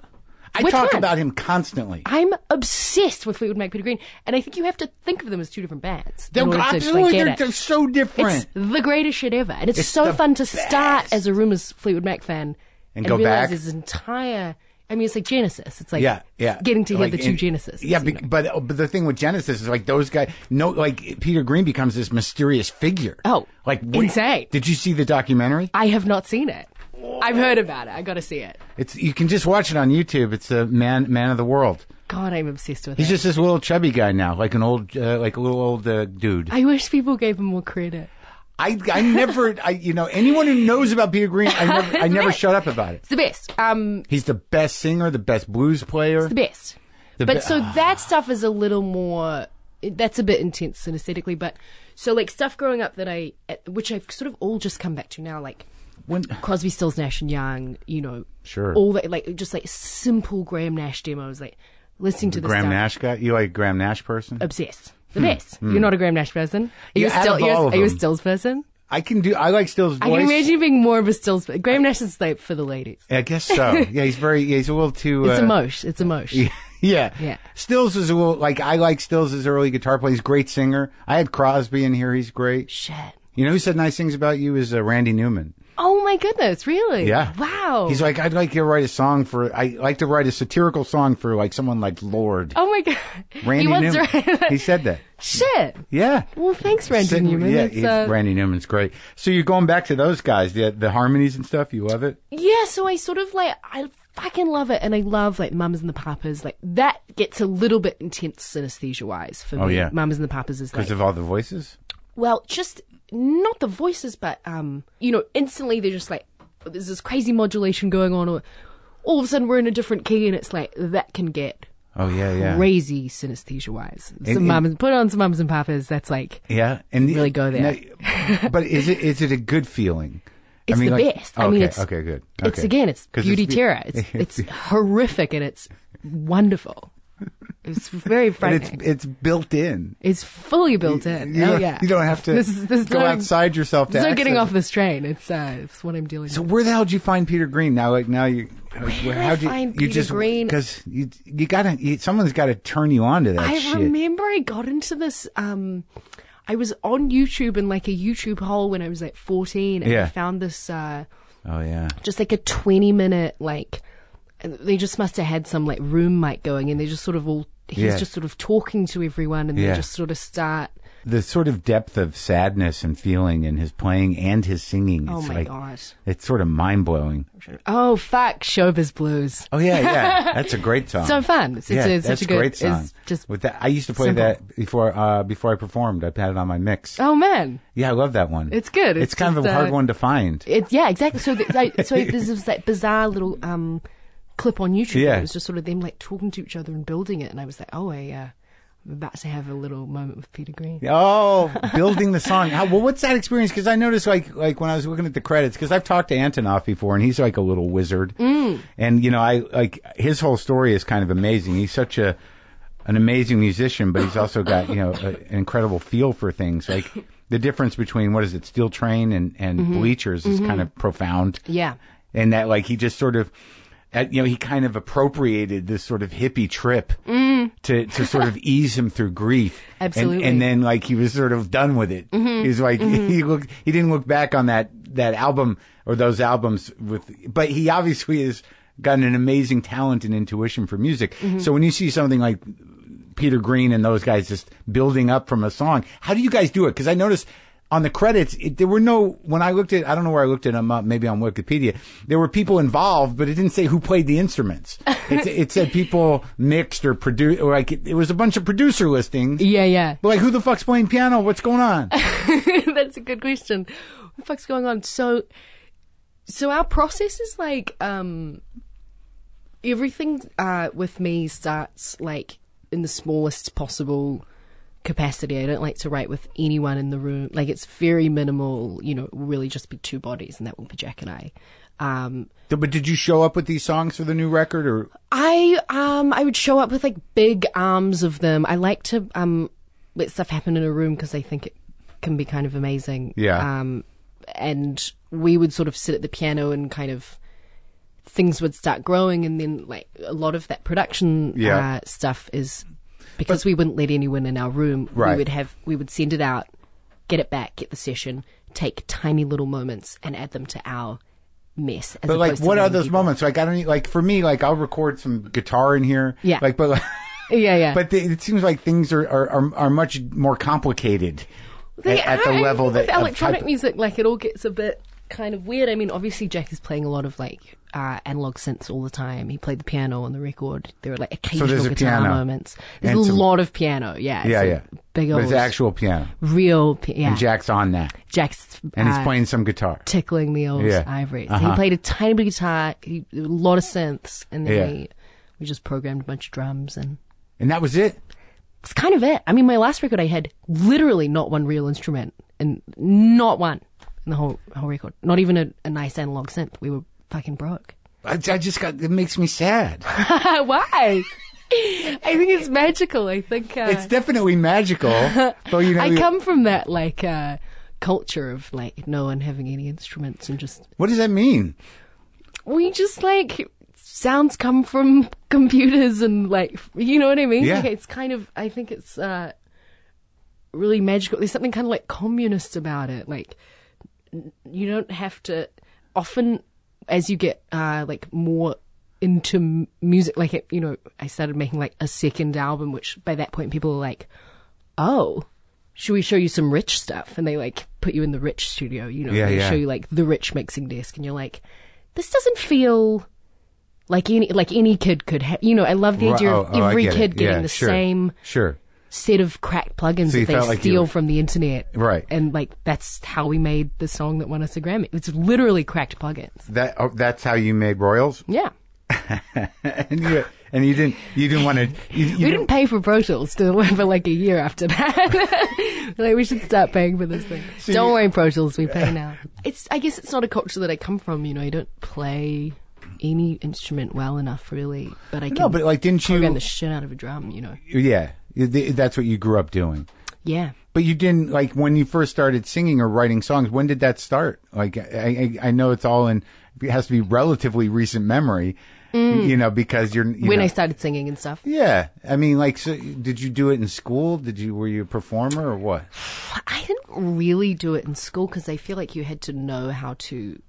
A: I
C: Which
A: talk
C: one?
A: about him constantly.
C: I'm obsessed with Fleetwood Mac Peter Green, and I think you have to think of them as two different bands. in
A: They're
C: order to, like,
A: absolutely
C: get
A: they're,
C: it.
A: they're so different.
C: It's the greatest shit ever, and it's,
A: It's the
C: so fun to
A: best.
C: start as a Rumors Fleetwood Mac fan
A: And go
C: realize
A: back.
C: his entire. I mean, it's like Genesis. It's like
A: yeah, yeah.
C: getting to hear
A: Like,
C: the two
A: and-
C: Genesis.
A: Yeah, be, but but the thing with Genesis is like those guys. No, like Peter Green becomes this mysterious figure.
C: Oh,
A: like
C: insane.
A: Did you see the documentary?
C: I have not seen it. I've heard about it. I got to see it.
A: It's you can just watch it on YouTube. It's a man man of the world.
C: God, I'm obsessed with
A: He's
C: it.
A: just this little chubby guy now, like an old, uh, like a little old uh, dude.
C: I wish people gave him more credit.
A: I, I never, I, you know, anyone who knows about Peter Green, I never, I never shut up about it.
C: It's the best. Um,
A: He's the best singer, the best blues player.
C: the best.
A: The
C: but
A: be- Ah.
C: so that stuff is a little more. That's a bit intense synesthetically, but so like stuff growing up that I, which I've sort of all just come back to now, like
A: When-
C: Crosby, Stills, Nash and Young, you know,
A: Sure.
C: all that, like just like simple Graham Nash demos, like listening to this
A: Graham
C: stuff, Uh,
A: Nash Hmm. guy, you like Graham Nash person?
C: obsessed, the best. You're not a Graham Nash person. Are
A: Yeah,
C: you
A: out
C: still?
A: of
C: you're-
A: all of
C: are you a
A: them.
C: Stills person?
A: I can do. I like Still's voice.
C: I can imagine you being more of a Stills. Graham Nash is like for the ladies.
A: I guess so. Yeah, he's very. Yeah, he's a little too.
C: It's
A: uh,
C: a mosh. It's a mosh.
A: Yeah.
C: Yeah.
A: Stills is a little like I like Stills' early guitar play. He's a great singer. I had Crosby in here. He's great.
C: Shit.
A: You know who said nice things about you is uh, Randy Newman.
C: Oh my my goodness, really?
A: Yeah.
C: Wow.
A: He's like, I'd like to write a song for. I like to write a satirical song for like someone like Lord
C: oh my god.
A: Randy
C: he wants
A: Newman.
C: to-
A: he said that.
C: Shit.
A: Yeah.
C: Well, thanks, Randy
A: Sit-
C: Newman.
A: Yeah,
C: That's,
A: he's-
C: uh,
A: Randy Newman's great. So you're going back to those guys, the the harmonies and stuff. You love it.
C: Yeah, so I sort of like I fucking love it, and I love like Mums and the Papas. Like that gets a little bit intense synesthesia wise for
A: Oh,
C: me.
A: yeah.
C: Mums and the Papas is like
A: Because of all the voices?
C: well, just not the voices, but um, you know, instantly they're just like there's this crazy modulation going on, or all of a sudden we're in a different key, and it's like that can get
A: Oh, yeah, yeah.
C: crazy synesthesia wise.
A: And-
C: Some mums put on some Mums and Papas. That's like
A: Yeah. And
C: Really go there.
A: No, but is it is it a good feeling?
C: It's
A: I mean,
C: the
A: like-
C: best.
A: Okay,
C: I mean, it's
A: okay, good.
C: It's
A: Okay.
C: again, it's
A: 'Cause
C: beauty
A: be-
C: terror. It's it's horrific and it's wonderful. It's very
A: and
C: frightening.
A: it's it's built in.
C: It's fully built in.
A: You
C: oh
A: don't,
C: yeah.
A: you don't have to
C: This is this is
A: go
C: no-
A: outside yourself to
C: There's no getting
A: access
C: off this train. It's uh, it's what I'm dealing
A: So
C: with.
A: where the hell did you find Peter Green? Now, like now you, like,
C: did
A: how
C: I
A: do you,
C: find
A: you
C: Peter
A: just
C: Green?
A: because you you gotta you, someone's got to turn you on to that
C: I
A: shit.
C: remember I got into this. Um, I was on YouTube in like a YouTube hole when I was like 14, and
A: Yeah.
C: I found this uh,
A: oh yeah,
C: just like a 20 minute like. and They just must have had some like room mic going, and they just sort of all. He's
A: Yeah.
C: just sort of talking to everyone, and
A: Yeah.
C: they just sort of start.
A: the sort of depth of sadness and feeling in his playing and his singing.
C: Oh
A: it's
C: my
A: like,
C: god!
A: It's sort of mind blowing.
C: Oh fuck! Showbiz blues.
A: Oh yeah, yeah, that's a great song.
C: So fun. It's,
A: yeah,
C: it's, it's
A: that's
C: such a good.
A: great song.
C: It's just
A: With that, I used to play
C: simple.
A: that before uh, before I performed. I had it on my mix.
C: oh man.
A: Yeah, I love that one.
C: It's good.
A: It's,
C: It's
A: kind of
C: just,
A: a hard
C: uh,
A: one to find.
C: It's yeah, exactly. So, th- like, so there's this like bizarre little um clip on YouTube.
A: Yeah.
C: It was just sort of them like talking to each other and building it, and I was like, oh, I, uh, I'm about to have a little moment with Peter Green.
A: Oh, building the song. How, well, what's that experience? Because I noticed, like, like when I was looking at the credits, because I've talked to Antonoff before, and he's like a little wizard. And you know, I like his whole story is kind of amazing. He's such a an amazing musician, but he's also got you know a, an incredible feel for things. Like the difference between what is it, Steel Train and and Bleachers is kind of profound
C: Yeah.
A: and that like he just sort of at, you know he kind of appropriated this sort of hippie trip to to sort of ease him through grief And-
C: Absolutely.
A: and, then like he was sort of done with it he was like he looked he didn't look back on that that album or those albums with but he obviously has gotten an amazing talent and intuition for music so when you see something like Peter Green and those guys just building up from a song. How do you guys do it? Because I noticed on the credits, it, there were no, when I looked at, I don't know where I looked at them up, maybe on Wikipedia, there were people involved, but it didn't say who played the instruments. It, it said people mixed or produced, or like, it, it was a bunch of producer listings.
C: Yeah, yeah.
A: But like, who the fuck's playing piano? What's going on?
C: That's a good question. What the fuck's going on? So, so our process is like um, everything uh, with me starts like in the smallest possible capacity. I don't like to write with anyone in the room. Like it's very minimal. You know, it will really just be two bodies, and that will be Jack and I. Um,
A: but did you show up with these songs for the new record or?
C: I um I would show up with like big arms of them. I like to um let stuff happen in a room because I think it can be kind of amazing.
A: Yeah.
C: Um, and we would sort of sit at the piano and kind of things would start growing, and then like a lot of that production
A: Yeah.
C: uh, stuff is because we wouldn't let anyone in our room.
A: Right.
C: We would have we would send it out, get it back, get the session, take tiny little moments and add them to our mess. As
A: But like,
C: opposed to
A: what are
C: letting
A: those
C: people-
A: moments? Like, I don't need- like for me, like I'll record some guitar in here.
C: Yeah.
A: Like, but like,
C: Yeah, yeah.
A: But the, it seems like things are, are, are, are much more complicated
C: They
A: at, at the
C: are. I
A: level that
C: think with
A: of
C: electronic
A: type-
C: music, like it all gets a bit kind of weird. I mean, obviously Jack is playing a lot of like uh, analog synths all the time. He played the piano on the record. There were like occasional
A: there's a
C: guitar
A: piano.
C: moments. There's
A: And
C: a
A: some-
C: lot of piano. Yeah, it's
A: Yeah,
C: a
A: yeah.
C: big
A: but
C: old
A: it's actual piano.
C: real. pi- yeah,
A: And Jack's on that.
C: Jack's
A: And he's
C: uh,
A: playing some guitar.
C: tickling the old
A: Yeah. Uh-huh.
C: ivory. So He played a tiny bit of guitar, he, a lot of synths, and then
A: Yeah.
C: we we just programmed a bunch of drums and.
A: And that was it?
C: It's kind of it. I mean, my last record, I had literally not one real instrument and not one in the whole whole record. Not even a, a nice analog synth. We were fucking broke.
A: I, I just got, it makes me sad.
C: Why? I think it's magical. I think uh,
A: It's definitely magical. but you know,
C: I
A: you-
C: come from that like uh, culture of like no one having any instruments and just
A: what does that mean?
C: we just like sounds come from computers and like you know what I mean?
A: Yeah.
C: Like it's kind of I think it's uh really magical. There's something kind of like communist about it. Like n- you don't have to often as you get uh, like more into m- music, like it, you know, I started making like a second album, which by that point people were like, "Oh, should we show you some rich stuff?" And they like put you in the rich studio, you know,
A: Yeah,
C: they
A: yeah.
C: show you like the rich mixing desk, and you're like, "This doesn't feel." Like any like any kid could have, you know. I love the
A: Ri-
C: idea
A: oh,
C: of
A: oh, I
C: every
A: get it.
C: kid getting
A: Yeah,
C: the
A: sure.
C: same
A: Sure.
C: set of cracked plugins
A: you
C: that they
A: felt like you
C: steal
A: were-
C: from the internet.
A: Right.
C: And like that's how we made the song that won us a Grammy. It's literally cracked plugins.
A: That oh, that's how you made Royals,
C: Yeah.
A: and you and you didn't you didn't want to you, you
C: we didn't pay for Pro Tools till- for like a year after that. like we should start paying for this thing. don't worry, Pro Tools, we pay now. It's I guess it's not a culture that I come from, you know, I don't play any instrument well enough really. But I can
A: no, but like didn't
C: program
A: you?
C: the shit out of a drum, you know.
A: Yeah, You- th- that's what you grew up doing.
C: Yeah.
A: But you didn't like when you first started singing or writing songs. When did that start? Like I, I, I know it's all in. It has to be relatively recent memory, you know, because you're you
C: Mm. when
A: know-
C: I started singing and stuff.
A: Yeah, I mean, like, so did you do it in school? Did you were you a performer or what?
C: I didn't really do it in school because I feel like you had to know how to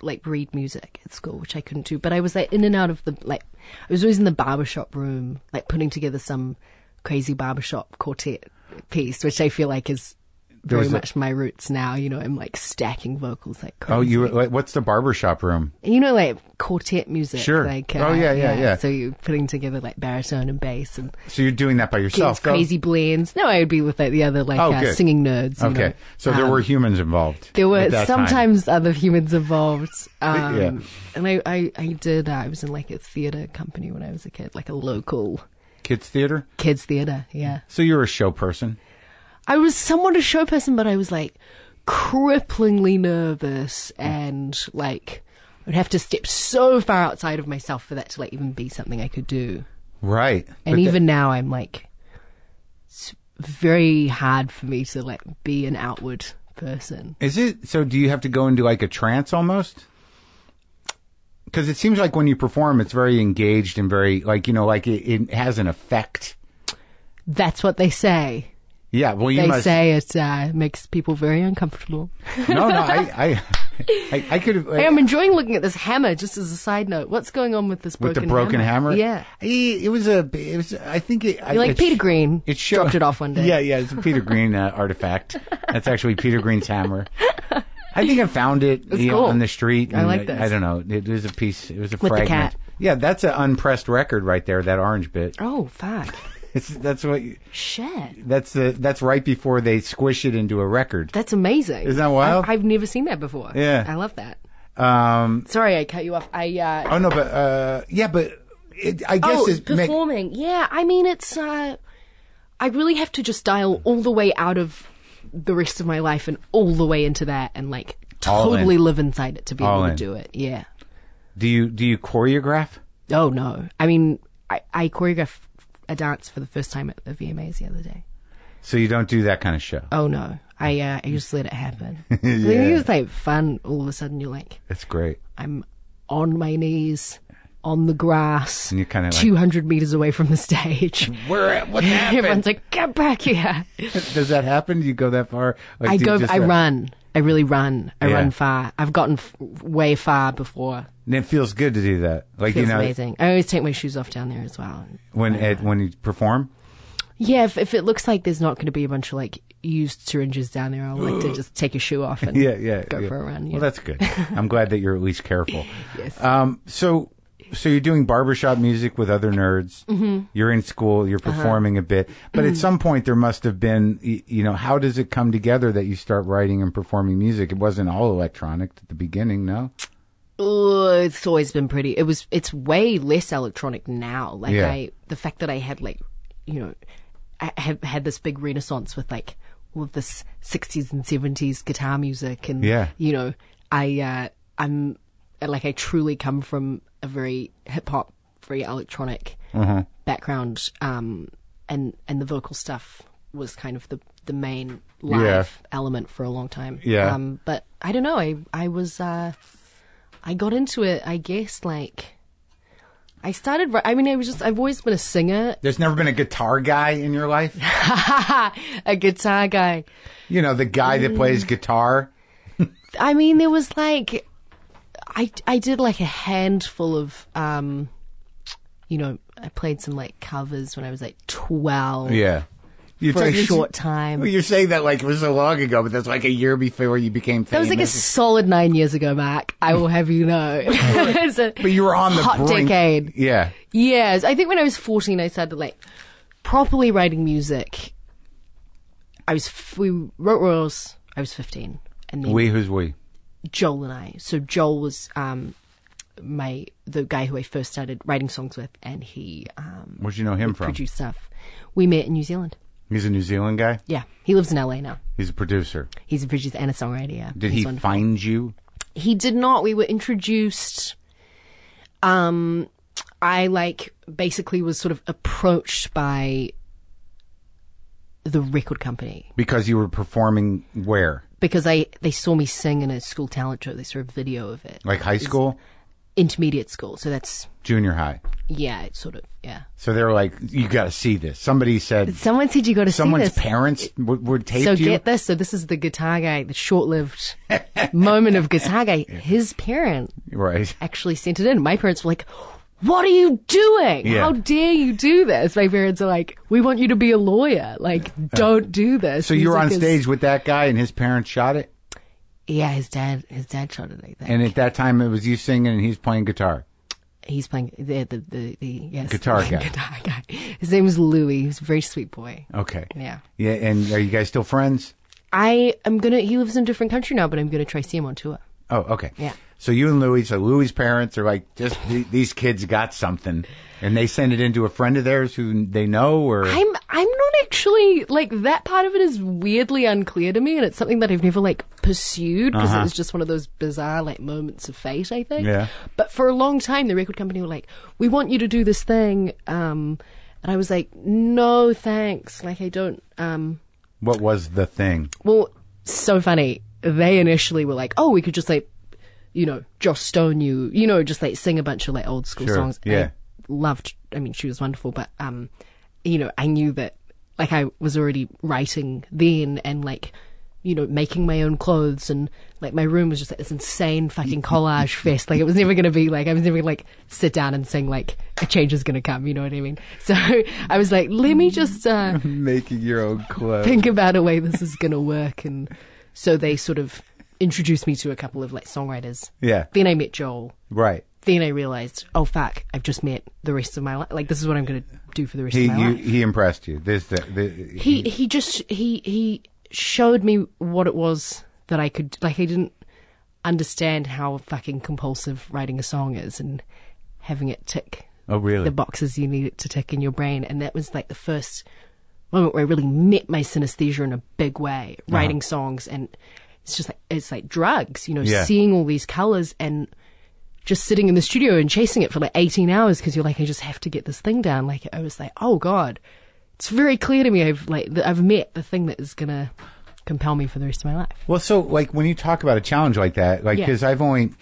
C: like read music at school, which I couldn't do. But I was like in and out of the like I was always in the barbershop room, like putting together some crazy barbershop quartet piece, which I feel like is very
A: was a-
C: much my roots now. You know, I'm like stacking vocals like crazy.
A: Oh, you were, like, what's the barbershop room?
C: You know, like quartet music.
A: Sure.
C: Like, uh,
A: Oh, yeah, yeah, yeah.
C: So you're putting together like baritone and bass and
A: So you're doing that by
C: getting
A: yourself? though?
C: crazy blends. No, I would be with like the other like
A: Oh,
C: uh,
A: good.
C: singing nerds. You
A: Okay,
C: know.
A: so there
C: Um,
A: were humans involved.
C: There were
A: at that time.
C: sometimes other humans involved. Um,
A: Yeah.
C: And I, I, I did, uh, I was in like a theater company when I was a kid, like a local
A: kids theater.
C: kids theater. Yeah.
A: So you're a show person.
C: I was somewhat a show person, but I was like cripplingly nervous and like I would have to step so far outside of myself for that to like even be something I could do.
A: Right.
C: And
A: But
C: even now I'm like, it's very hard for me to like be an outward person.
A: th- is it so? Do you have to go into like a trance almost? Because it seems like when you perform, it's very engaged and very like you know, like it, it has an effect.
C: That's what they say.
A: Yeah. Well, you
C: They
A: must
C: say it uh, makes people very uncomfortable.
A: no, no. I, I, I, I could have.
C: Hey, I'm enjoying looking at this hammer. Just as a side note, what's going on with this
A: with
C: broken
A: the broken hammer.
C: Yeah,
A: He- it was a. It was. I think it. I,
C: You're like
A: it-
C: Peter Green.
A: It showed,
C: dropped it off one day.
A: Yeah, yeah. It's a Peter Green uh, artifact. That's actually Peter Green's hammer. I think I found it you know,
C: cool.
A: on the street.
C: I
A: and
C: like this.
A: I don't know. It was a piece. It was a
C: the
A: fragment.
C: cat.
A: Yeah, that's an unpressed record right there. That orange bit.
C: Oh fuck!
A: It's, that's what. you-
C: Shit,
A: That's the. That's right before they squish it into a record.
C: that's amazing.
A: Isn't that wild?
C: I, have never seen that before.
A: Yeah.
C: I love that.
A: Um.
C: Sorry, I cut you off. I uh,
A: Oh no, but uh. Yeah, but it, I guess
C: oh,
A: it's ma-
C: performing. yeah, I mean it's. Uh, I really have to just dial all the way out of the rest of my life and all the way into that and like
A: All in.
C: totally live inside it to be
A: All
C: able
A: in.
C: to do it. Yeah.
A: do you do you choreograph?
C: Oh no! I mean, I, I choreographed a dance for the first time at the VMAs the other day.
A: So you don't do that kind of show.
C: Oh no! I uh, I just let it happen. I think it's like fun. All of a sudden, you're like,
A: That's great.
C: I'm on my knees on the grass,
A: And you're kinda like-
C: 200 meters away from the stage.
A: Where? at? What happened?
C: Everyone's like, get back here!
A: Does that happen? Do you go that far? Like,
C: I
A: do you
C: go,
A: just,
C: I
A: uh,
C: run. I really run. I
A: Yeah.
C: run far. I've gotten f- way far before.
A: And it feels good to do that. Like
C: Feels
A: you know,
C: amazing. I always take my shoes off down there as well.
A: when it, when you perform.
C: Yeah, if, if it looks like there's not going to be a bunch of like used syringes down there, I'll like to just take a shoe off and
A: Yeah, yeah.
C: go
A: yeah.
C: for a run. Yeah.
A: Well, that's good. I'm glad that you're at least careful.
C: Yes.
A: Um. So. So you're doing barbershop music with other nerds. Mm-hmm. You're in school.
C: Uh-huh.
A: You're performing a bit, but
C: Mm-hmm.
A: at some point there must have been, y- you know, how does it come together that you start writing and performing music? It wasn't all electronic at the beginning, no.
C: Ugh, it's always been pretty. It was. It's way less electronic now. Like
A: Yeah.
C: I, the fact that I had like, you know, I have had this big renaissance with like all of this '60s and '70s guitar music, and
A: Yeah.
C: you know, I, uh, I'm like I truly come from a very hip hop, very electronic
A: Mm-hmm.
C: background, um, and and the vocal stuff was kind of the the main live
A: Yeah.
C: element for a long time.
A: Yeah.
C: Um, but I don't know. I I was uh, I got into it. I guess like I started. ri- I mean, I was just. I've always been a singer,
A: There's never been a guitar guy in your life.
C: a guitar guy. Mm.
A: You know, the guy that plays guitar.
C: I mean, there was like I, I did like a handful of, um, you know, I played some like covers when I was like 12.
A: Yeah. You're
C: For a
A: talking-
C: short time.
A: Well, you're saying that like it was so long ago, but that's like a year before you became famous.
C: That was like a solid nine years ago, Mark. I will have you know.
A: but you were on the
C: hot
A: brink.
C: decade.
A: Yeah.
C: Yes, I think when I was 14, I started like properly writing music. I was f- we wrote Royals. I was 15, and then
A: We who's we?
C: Joel and I. So Joel was um my the guy who I first started writing songs with, and he um
A: Where'd you know him from?
C: produced stuff. We met in New Zealand.
A: He's a New Zealand guy.
C: Yeah, he lives in LA now.
A: He's a producer.
C: He's a producer and a songwriter. Yeah.
A: Did
C: He's
A: he
C: wonderful.
A: find you?
C: he did not. We were introduced. Um, I like basically was sort of approached by the record company
A: Because you were performing where?
C: because I they saw me sing in a school talent show. They saw a video of it,
A: Like high school,
C: intermediate school. So that's
A: junior high.
C: yeah, it's sort of yeah.
A: So they were like, "You got to see this." Somebody said
C: Someone said you got to see
A: someone's
C: this.
A: parents would, would tape
C: so
A: you.
C: get this. So this is the guitar guy, the short-lived moment of guitar guy. His parent
A: right.
C: actually sent it in. My parents were like, what are you doing?
A: Yeah.
C: How dare you do this? My parents are like, we want you to be a lawyer. Like, don't do this.
A: So you were on
C: Music is-
A: stage with that guy, and his parents shot it.
C: Yeah, his dad, his dad shot it, I think.
A: And at that time, it was you singing, and he's playing guitar.
C: He's playing the, the, the, the yes.
A: Guitar guy.
C: guitar guy. His name was Louis. He was a very sweet boy.
A: Okay.
C: Yeah.
A: Yeah. And are you guys still friends?
C: I am gonna, he lives in a different country now, but I'm gonna try to see him on tour.
A: Oh, okay.
C: Yeah.
A: So you and Louis, so Louis' parents are like, just th- these kids got something, and they send it into a friend of theirs who they know, or
C: I'm, I'm not actually, like, that part of it is weirdly unclear to me, and it's something that I've never, like, pursued because it was just one of those bizarre, like, moments of fate, I think.
A: Yeah.
C: But for a long time, the record company were like, "We want you to do this thing," um, and I was like, "No, thanks. Like, I don't." Um,
A: what was the thing?
C: well, so funny. They initially were like, "Oh, we could just like, you know, Joss Stone you, you know, just like sing a bunch of like old school
A: Sure,
C: songs." And
A: yeah.
C: I loved. I mean, she was wonderful, but um, you know, I knew that like I was already writing then and like. You know, making my own clothes and like my room was just like this insane fucking collage fest. Like it was never going to be like I was never gonna, like sit down and sing like a change is going to come. You know what I mean? So I was like, let me just uh,
A: Making your own clothes.
C: think about a way this is going to work. And so they sort of introduced me to a couple of like songwriters.
A: Yeah.
C: Then I met Joel.
A: Right.
C: Then I realized, oh fuck, I've just met the rest of my life. Like this is what I'm going to do for the rest
A: He
C: of my
A: you,
C: life.
A: he impressed you. This the, the
C: He he just he he showed me what it was that I could like. I didn't understand how fucking compulsive writing a song is and having it tick
A: oh really
C: the boxes you need it to tick in your brain. And that was like the first moment where I really met my synesthesia in a big way,
A: Uh-huh.
C: writing songs. And it's just like, it's like drugs, you know,
A: Yeah.
C: seeing all these colors and just sitting in the studio and chasing it for like 18 hours because you're like, I just have to get this thing down. Like, I was like, oh God, it's very clear to me. I've like, that I've met the thing that is going to compel me for the rest of my life.
A: Well, so like when you talk about a challenge like that, like
C: Yeah.
A: because I've only,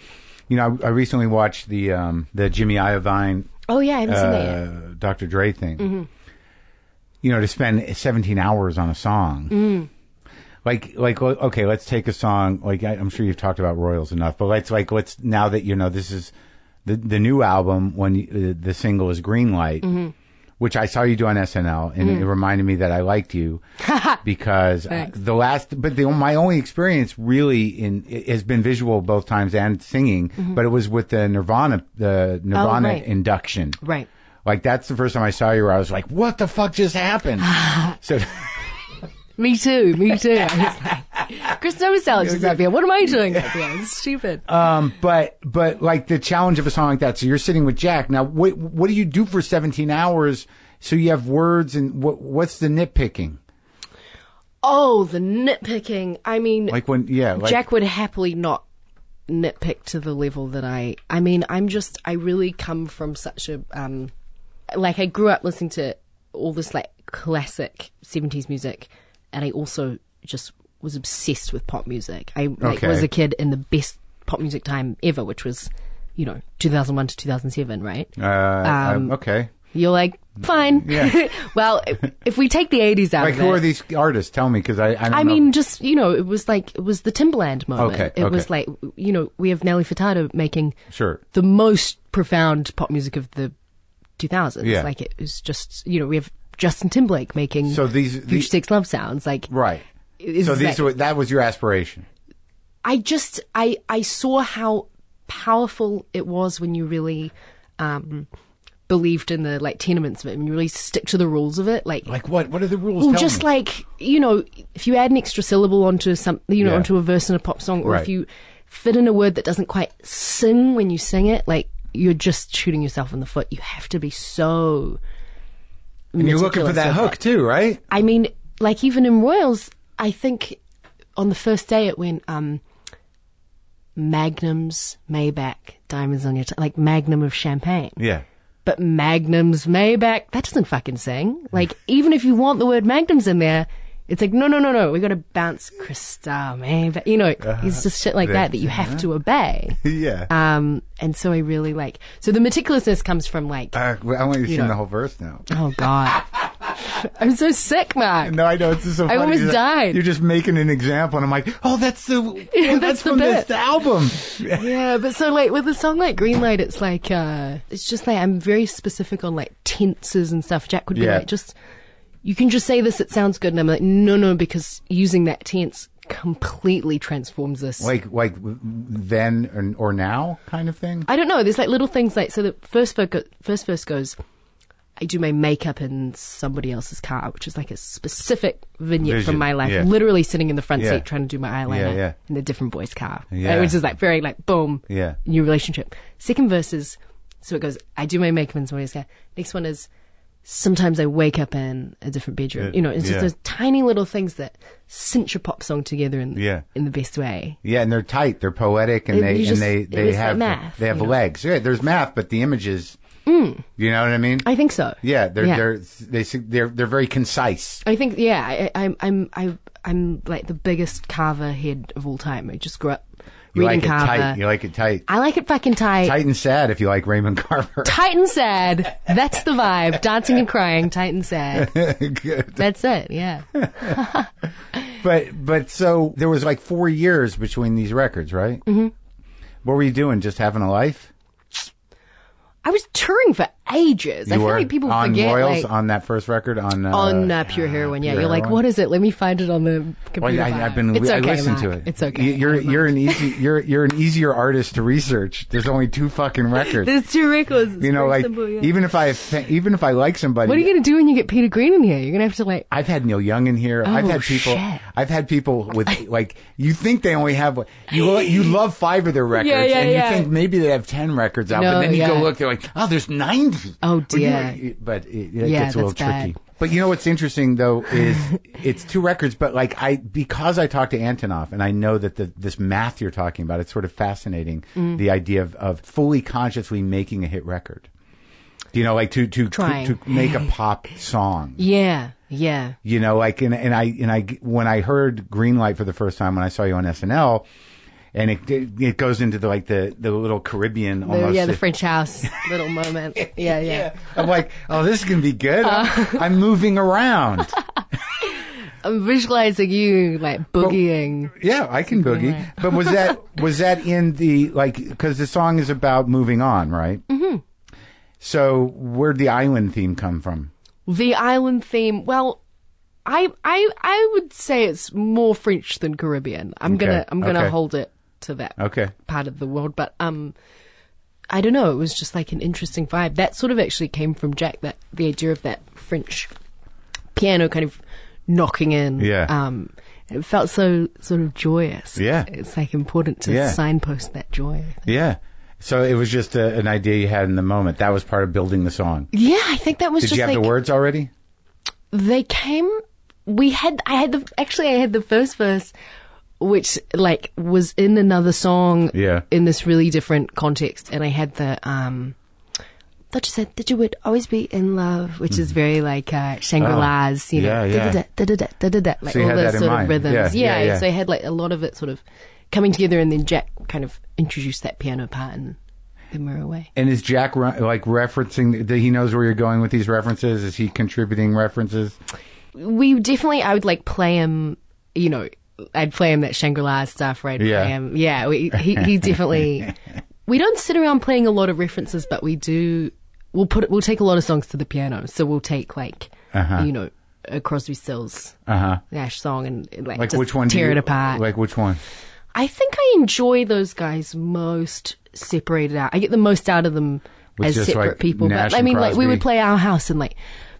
A: you know, I, I recently watched the um, the Jimmy Iovine
C: Oh yeah, I haven't seen that yet.
A: uh, Dr. Dre thing. You know, to spend 17 hours on a song. Like, like, o- okay, let's take a song. Like, I, I'm sure you've talked about Royals enough, but let's like, let's now that you know this is the the new album when you, the, the single is Green Light, which I saw you do on SNL, and it, reminded me that I liked you because I, the last, but the, my only experience really in it has been visual both times and singing, but it was with the Nirvana, the Nirvana
C: right.
A: induction,
C: Right.
A: like that's the first time I saw you where I was like, what the fuck just happened? so
C: Me too. Me too. I was like, Chris Novoselic is up here. What am I doing up here? It's stupid.
A: um but but like the challenge of a song like that. So you're sitting with Jack. Now what what do you do for 17 hours so you have words and what what's the nitpicking?
C: Oh, the nitpicking. I mean,
A: Like when yeah, like
C: Jack would happily not nitpick to the level that I. I mean, I'm just. I really come from such a. um Like, I grew up listening to all this, like, classic 70s music, and I also just was obsessed with pop music. I like,
A: Okay.
C: was a kid in the best pop music time ever, which was, you know, 2001 to 2007, right?
A: uh, um, okay.
C: You're like Fine.
A: Yeah.
C: well, if- if we take the 80s out
A: Like,
C: of it.
A: who are these artists? Tell me, because I, I don't
C: I
A: know.
C: mean, just you know, it was like it was the Timberland moment.
A: Okay,
C: it was
A: okay.
C: like you know we have Nelly Furtado making
A: Sure.
C: the most profound pop music of the 2000s.
A: Yeah.
C: Like it was just you know we have Justin Timberlake making
A: So these-
C: Future
A: these-
C: Six Love sounds like
A: Right.
C: Is
A: so these
C: that-
A: were, that was your aspiration.
C: I just I I saw how powerful it was when you really um believed in the like tenements of it and you really stick to the rules of it like
A: Like what? What are the rules?
C: well
A: Tell
C: just
A: me.
C: like you know if you add an extra syllable onto some you know
A: Yeah.
C: onto a verse in a pop song or
A: Right.
C: if you fit in a word that doesn't quite sing when you sing it like you're just shooting yourself in the foot you have to be so
A: and you're looking for that hook too, right?
C: I mean, like even in Royals, I think on the first day it went um, Magnums Maybach diamonds on your t- like Magnum of champagne,
A: Yeah.
C: but Magnums Maybach that doesn't fucking sing. Like even if you want the word Magnums in there, it's like no no no no we got to bounce Cristal Maybach. You know, it's just shit like that that you have to obey.
A: Yeah.
C: Um, and so I really like so the meticulousness comes from like
A: Uh, I want you to sing
C: know.
A: the whole verse now.
C: oh god, I'm so sick, Mark.
A: No, I know. It's just so funny.
C: almost
A: You're like-
C: died.
A: You're just making an example, and I'm like, oh, that's the
C: that's
A: that's,
C: the
A: from this
C: bit.
A: album.
C: Yeah, but so like with a song like Green Light, it's like uh it's just like I'm very specific on like tenses and stuff. Jack would be
A: Yeah.
C: like, just you can just say this, it sounds good, and I'm like, no, no, because using that tense completely transforms this.
A: Like, like then or, or now kind of thing.
C: I don't know. There's like little things like so the first verse go, first verse goes. I do my makeup in somebody else's car, which is like a specific vignette
A: Vision,
C: from my life.
A: yeah.
C: Literally sitting in the front
A: Yeah.
C: seat trying to do my eyeliner
A: Yeah, yeah.
C: in a different boy's car, Like,
A: Yeah.
C: which is like very like boom,
A: Yeah.
C: new relationship. Second verse is so it goes. I do my makeup in somebody else's car. Next one is sometimes I wake up in a different bedroom.
A: Yeah,
C: You know, it's
A: yeah.
C: just those tiny little things that cinch a pop song together in
A: Yeah.
C: in the best way.
A: Yeah, and they're tight. They're poetic, and
C: It-
A: they
C: you
A: and
C: just-
A: they
C: it
A: they
C: was the
A: have
C: math,
A: they have
C: you know. Mm.
A: legs. Yeah, there's math, but the images. You know what I mean?
C: I think so.
A: yeah, they're they're they sig- they're they're very concise.
C: I think yeah, I, I- I'm I'm I, I'm like the biggest Carver head of all time. I just grew up
A: You
C: reading
A: like it
C: Carver.
A: tight. You like it tight.
C: I like it fucking tight.
A: Tight and sad if you like Raymond Carver.
C: Tight and sad. That's the vibe. Dancing and crying. Tight and sad.
A: Good.
C: That's it. Yeah.
A: But but so there was like four years between these records, right? Mm-hmm. What were you doing? Just having a life?
C: I was touring for ages. I
A: You
C: feel
A: were
C: like people
A: on
C: forget
A: Royals
C: like,
A: on that first record on uh,
C: on uh, pure heroin. Yeah,
A: Pure
C: you're like,
A: Heroin?
C: what is it? Let me find it on the
A: Well,
C: computer.
A: I,
C: file.
A: I've been.
C: It's
A: I
C: okay.
A: listened to
C: Mark.
A: it.
C: It's okay.
A: You- You're
C: I love
A: you're
C: it.
A: an e-, easy you're you're an easier artist to research. There's only two fucking records.
C: There's two records. It's
A: you know,
C: very
A: like
C: simple, yeah.
A: even if I offe- even if I like somebody,
C: what are you gonna do when you get Peter Green in here? You're gonna have to like.
A: I've had Neil Young in here. I've
C: Oh,
A: had people.
C: shit.
A: I've had people with like you think they only have one- you. lo- You love five of their records,
C: Yeah, yeah,
A: and you
C: yeah.
A: think maybe they have ten records out, but
C: No,
A: then you go
C: yeah.
A: look, they're like, oh, there's ninety.
C: Oh,
A: But you-
C: dear.
A: But it, it
C: Yeah,
A: gets a little
C: that's bad.
A: tricky. But you know what's interesting though is it's two records, but like I because I talked to Antonov and I know that the, this math you're talking about, it's sort of fascinating.
C: Mm.
A: The idea of, of fully consciously making a hit record. You know, like to to
C: Trying.
A: to make a pop song
C: Yeah. Yeah.
A: you know like and, and i and i when i heard green light for the first time when i saw you on snl and it it, it goes into the like the the little caribbean
C: The-
A: almost
C: yeah, the French house little moment. Yeah, yeah.
A: i'm like oh this is gonna be good
C: Uh.
A: I'm, I'm moving around
C: I'm visualizing you like boogieing.
A: yeah i can boogie but was that was that in the like because the song is about moving on right mm-hmm. so where'd the island theme come from
C: the island theme. Well, I I I would say it's more French than Caribbean. I'm
A: Okay,
C: gonna I'm gonna
A: okay.
C: hold it to that
A: Okay.
C: part of the world. But um, I don't know. It was just like an interesting vibe. That sort of actually came from Jack. That the idea of that French piano kind of knocking in.
A: Yeah.
C: Um, it felt so sort of joyous.
A: Yeah.
C: It's like important to
A: Yeah.
C: signpost that joy.
A: yeah so it was just a, an idea you had in the moment that was part of building the song
C: Yeah, I think that was
A: did
C: just
A: you have
C: like
A: the words already
C: they came we had i had the actually i had the first verse which like was in another song
A: Yeah.
C: in this really different context and i had the um that you said that you would always be in love which is very like uh shangri-las you know
A: Mm-hmm. Oh. yeah, yeah.
C: da-da-da, da-da-da, da-da-da, like
A: So you
C: all
A: had that
C: those
A: in
C: sort
A: mind.
C: of rhythms
A: Yeah, yeah, yeah.
C: so i had like a lot of it sort of coming together and then jack kind of introduced that piano part and Then we're away.
A: And is Jack re- like referencing that he knows where you're going with these references? Is he contributing references?
C: We definitely, I would like play him, you know, I'd play him that Shangri La stuff, right?
A: Yeah.
C: Play him. Yeah. We, he, he definitely, we don't sit around playing a lot of references, but we do, we'll put, we'll take a lot of songs to the piano. So we'll take like, you know, a Crosby Stills
A: Uh-huh.
C: Nash song and, and, like,
A: Like
C: just
A: which one? do
C: tear
A: you-
C: it apart.
A: Like which one?
C: I think I enjoy those guys most separated out. I get the most out of them
A: With
C: as
A: just,
C: separate
A: like,
C: people.
A: Nash
C: but I
A: and
C: mean, like we
A: Crosby.
C: would play our house and like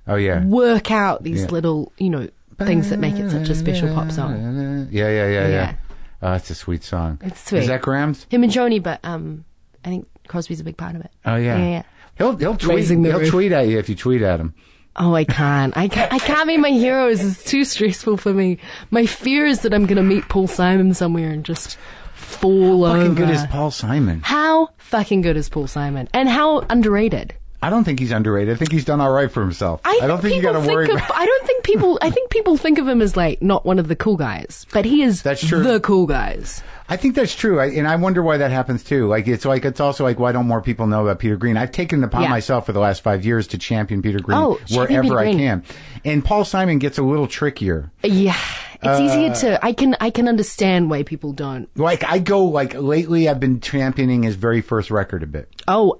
A: Oh yeah.
C: work out these
A: Yeah.
C: little, you know, things that make it such a special pop song.
A: Yeah, yeah, yeah, yeah.
C: Yeah.
A: Oh, that's a sweet song.
C: It's sweet.
A: Is that Graham's?
C: Him and Joni, but um, I think Crosby's a big part of it.
A: Oh yeah.
C: yeah. yeah.
A: He'll he'll tweet
C: Raising the
A: he'll
C: roof.
A: tweet at you if you tweet at him.
C: Oh, I can't. I can't. I can't meet my heroes. It's too stressful for me. My fear is that I'm going to meet Paul Simon somewhere and just fall
A: Fucking
C: over.
A: good is Paul Simon.
C: how fucking good is Paul Simon? And how underrated?
A: I don't think he's underrated. I think he's done all right for himself. I, don't think you
C: people
A: got to worry
C: think
A: about.
C: Of, I don't think people. I think people think of him as like not one of the cool guys, but he is
A: That's true.
C: the cool guys.
A: I think that's true, I, and I wonder why that happens too. Like it's like it's also like why don't more people know about Peter Green? I've taken it upon
C: Yeah.
A: myself for the last five years to champion Peter Green
C: Oh, champion
A: wherever
C: Peter
A: I
C: Green.
A: can, and Paul Simon gets a little trickier.
C: Yeah, it's
A: Uh,
C: easier to. I can. I can understand why people don't.
A: Like I go like lately, I've been championing his very first record a bit.
C: Oh,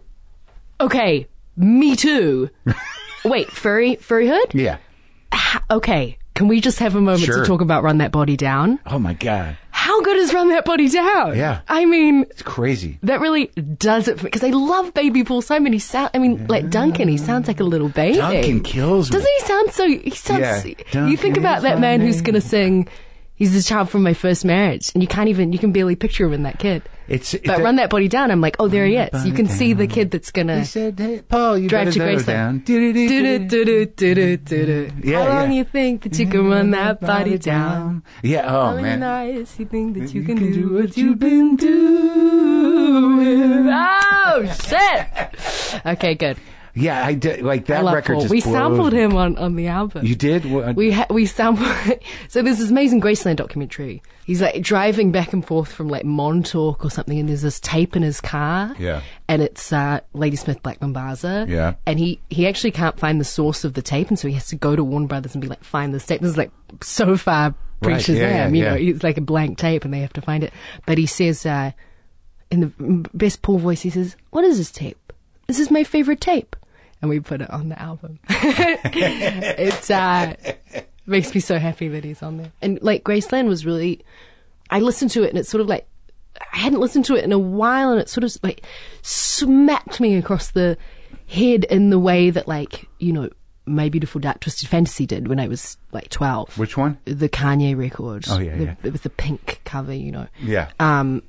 C: okay. Me too. Wait, furry, furry hood.
A: Yeah.
C: Okay, can we just have a moment
A: Sure.
C: to talk about run that body down?
A: Oh my god,
C: How good is run that body down?
A: Yeah.
C: I mean.
A: it's crazy.
C: That really does it for me because I love baby Paul Simon. He sound, I mean, like Duncan. He sounds like a little baby.
A: Duncan kills me.
C: Doesn't he sound so? He
A: Yeah.
C: sounds.
A: Duncan
C: You think
A: is
C: about that
A: my
C: man who's
A: name.
C: going to sing. He's the child from my first marriage, and you can't even you can barely picture him in that kid.
A: It's
C: but
A: it-
C: run that body down. I'm like, oh, there he
A: Run that
C: is. You
A: body
C: can see the
A: down.
C: kid that's gonna.
A: He said, "Hey, Paul, you
C: Drive
A: better
C: to
A: settle
C: Graceland.
A: down." Do-do-do-do.
C: Do-do, do-do, do-do, do-do.
A: Yeah,
C: How long
A: yeah.
C: you think that you can run that body down?
A: Yeah.
C: How
A: Oh
C: many
A: man.
C: nights you think that you can do what you've been doing? Oh shit! Okay, good.
A: Yeah, I did. Like that
C: I love
A: record
C: Paul.
A: just
C: We
A: blows
C: sampled
A: me.
C: him on on the album.
A: You did. What-
C: We ha- we sampled. so there's this amazing Graceland documentary. He's like driving back and forth from like Montauk or something, and there's this tape in his car.
A: Yeah.
C: And it's uh, Ladysmith Black Mambaza.
A: Yeah.
C: And he he actually can't find the source of the tape, and so he has to go to Warner Brothers and be like, find this tape. This is like so far pre
A: Right,
C: Shazam.
A: yeah, yeah,
C: you
A: yeah.
C: know, it's like a blank tape, and they have to find it. But he says. Uh, in the m- best Paul voice, he says, "What is this tape? This is my favorite tape." And we put it on the album. it uh, makes me so happy that he's on there. And like Graceland was really, I listened to it and it's sort of like I hadn't listened to it in a while, and it sort of like smacked me across the head in the way that like you know my beautiful dark twisted fantasy did when I was like twelve.
A: Which one?
C: The Kanye record.
A: Oh, yeah,
C: The-
A: yeah.
C: It was the pink cover, you know
A: Yeah.
C: um,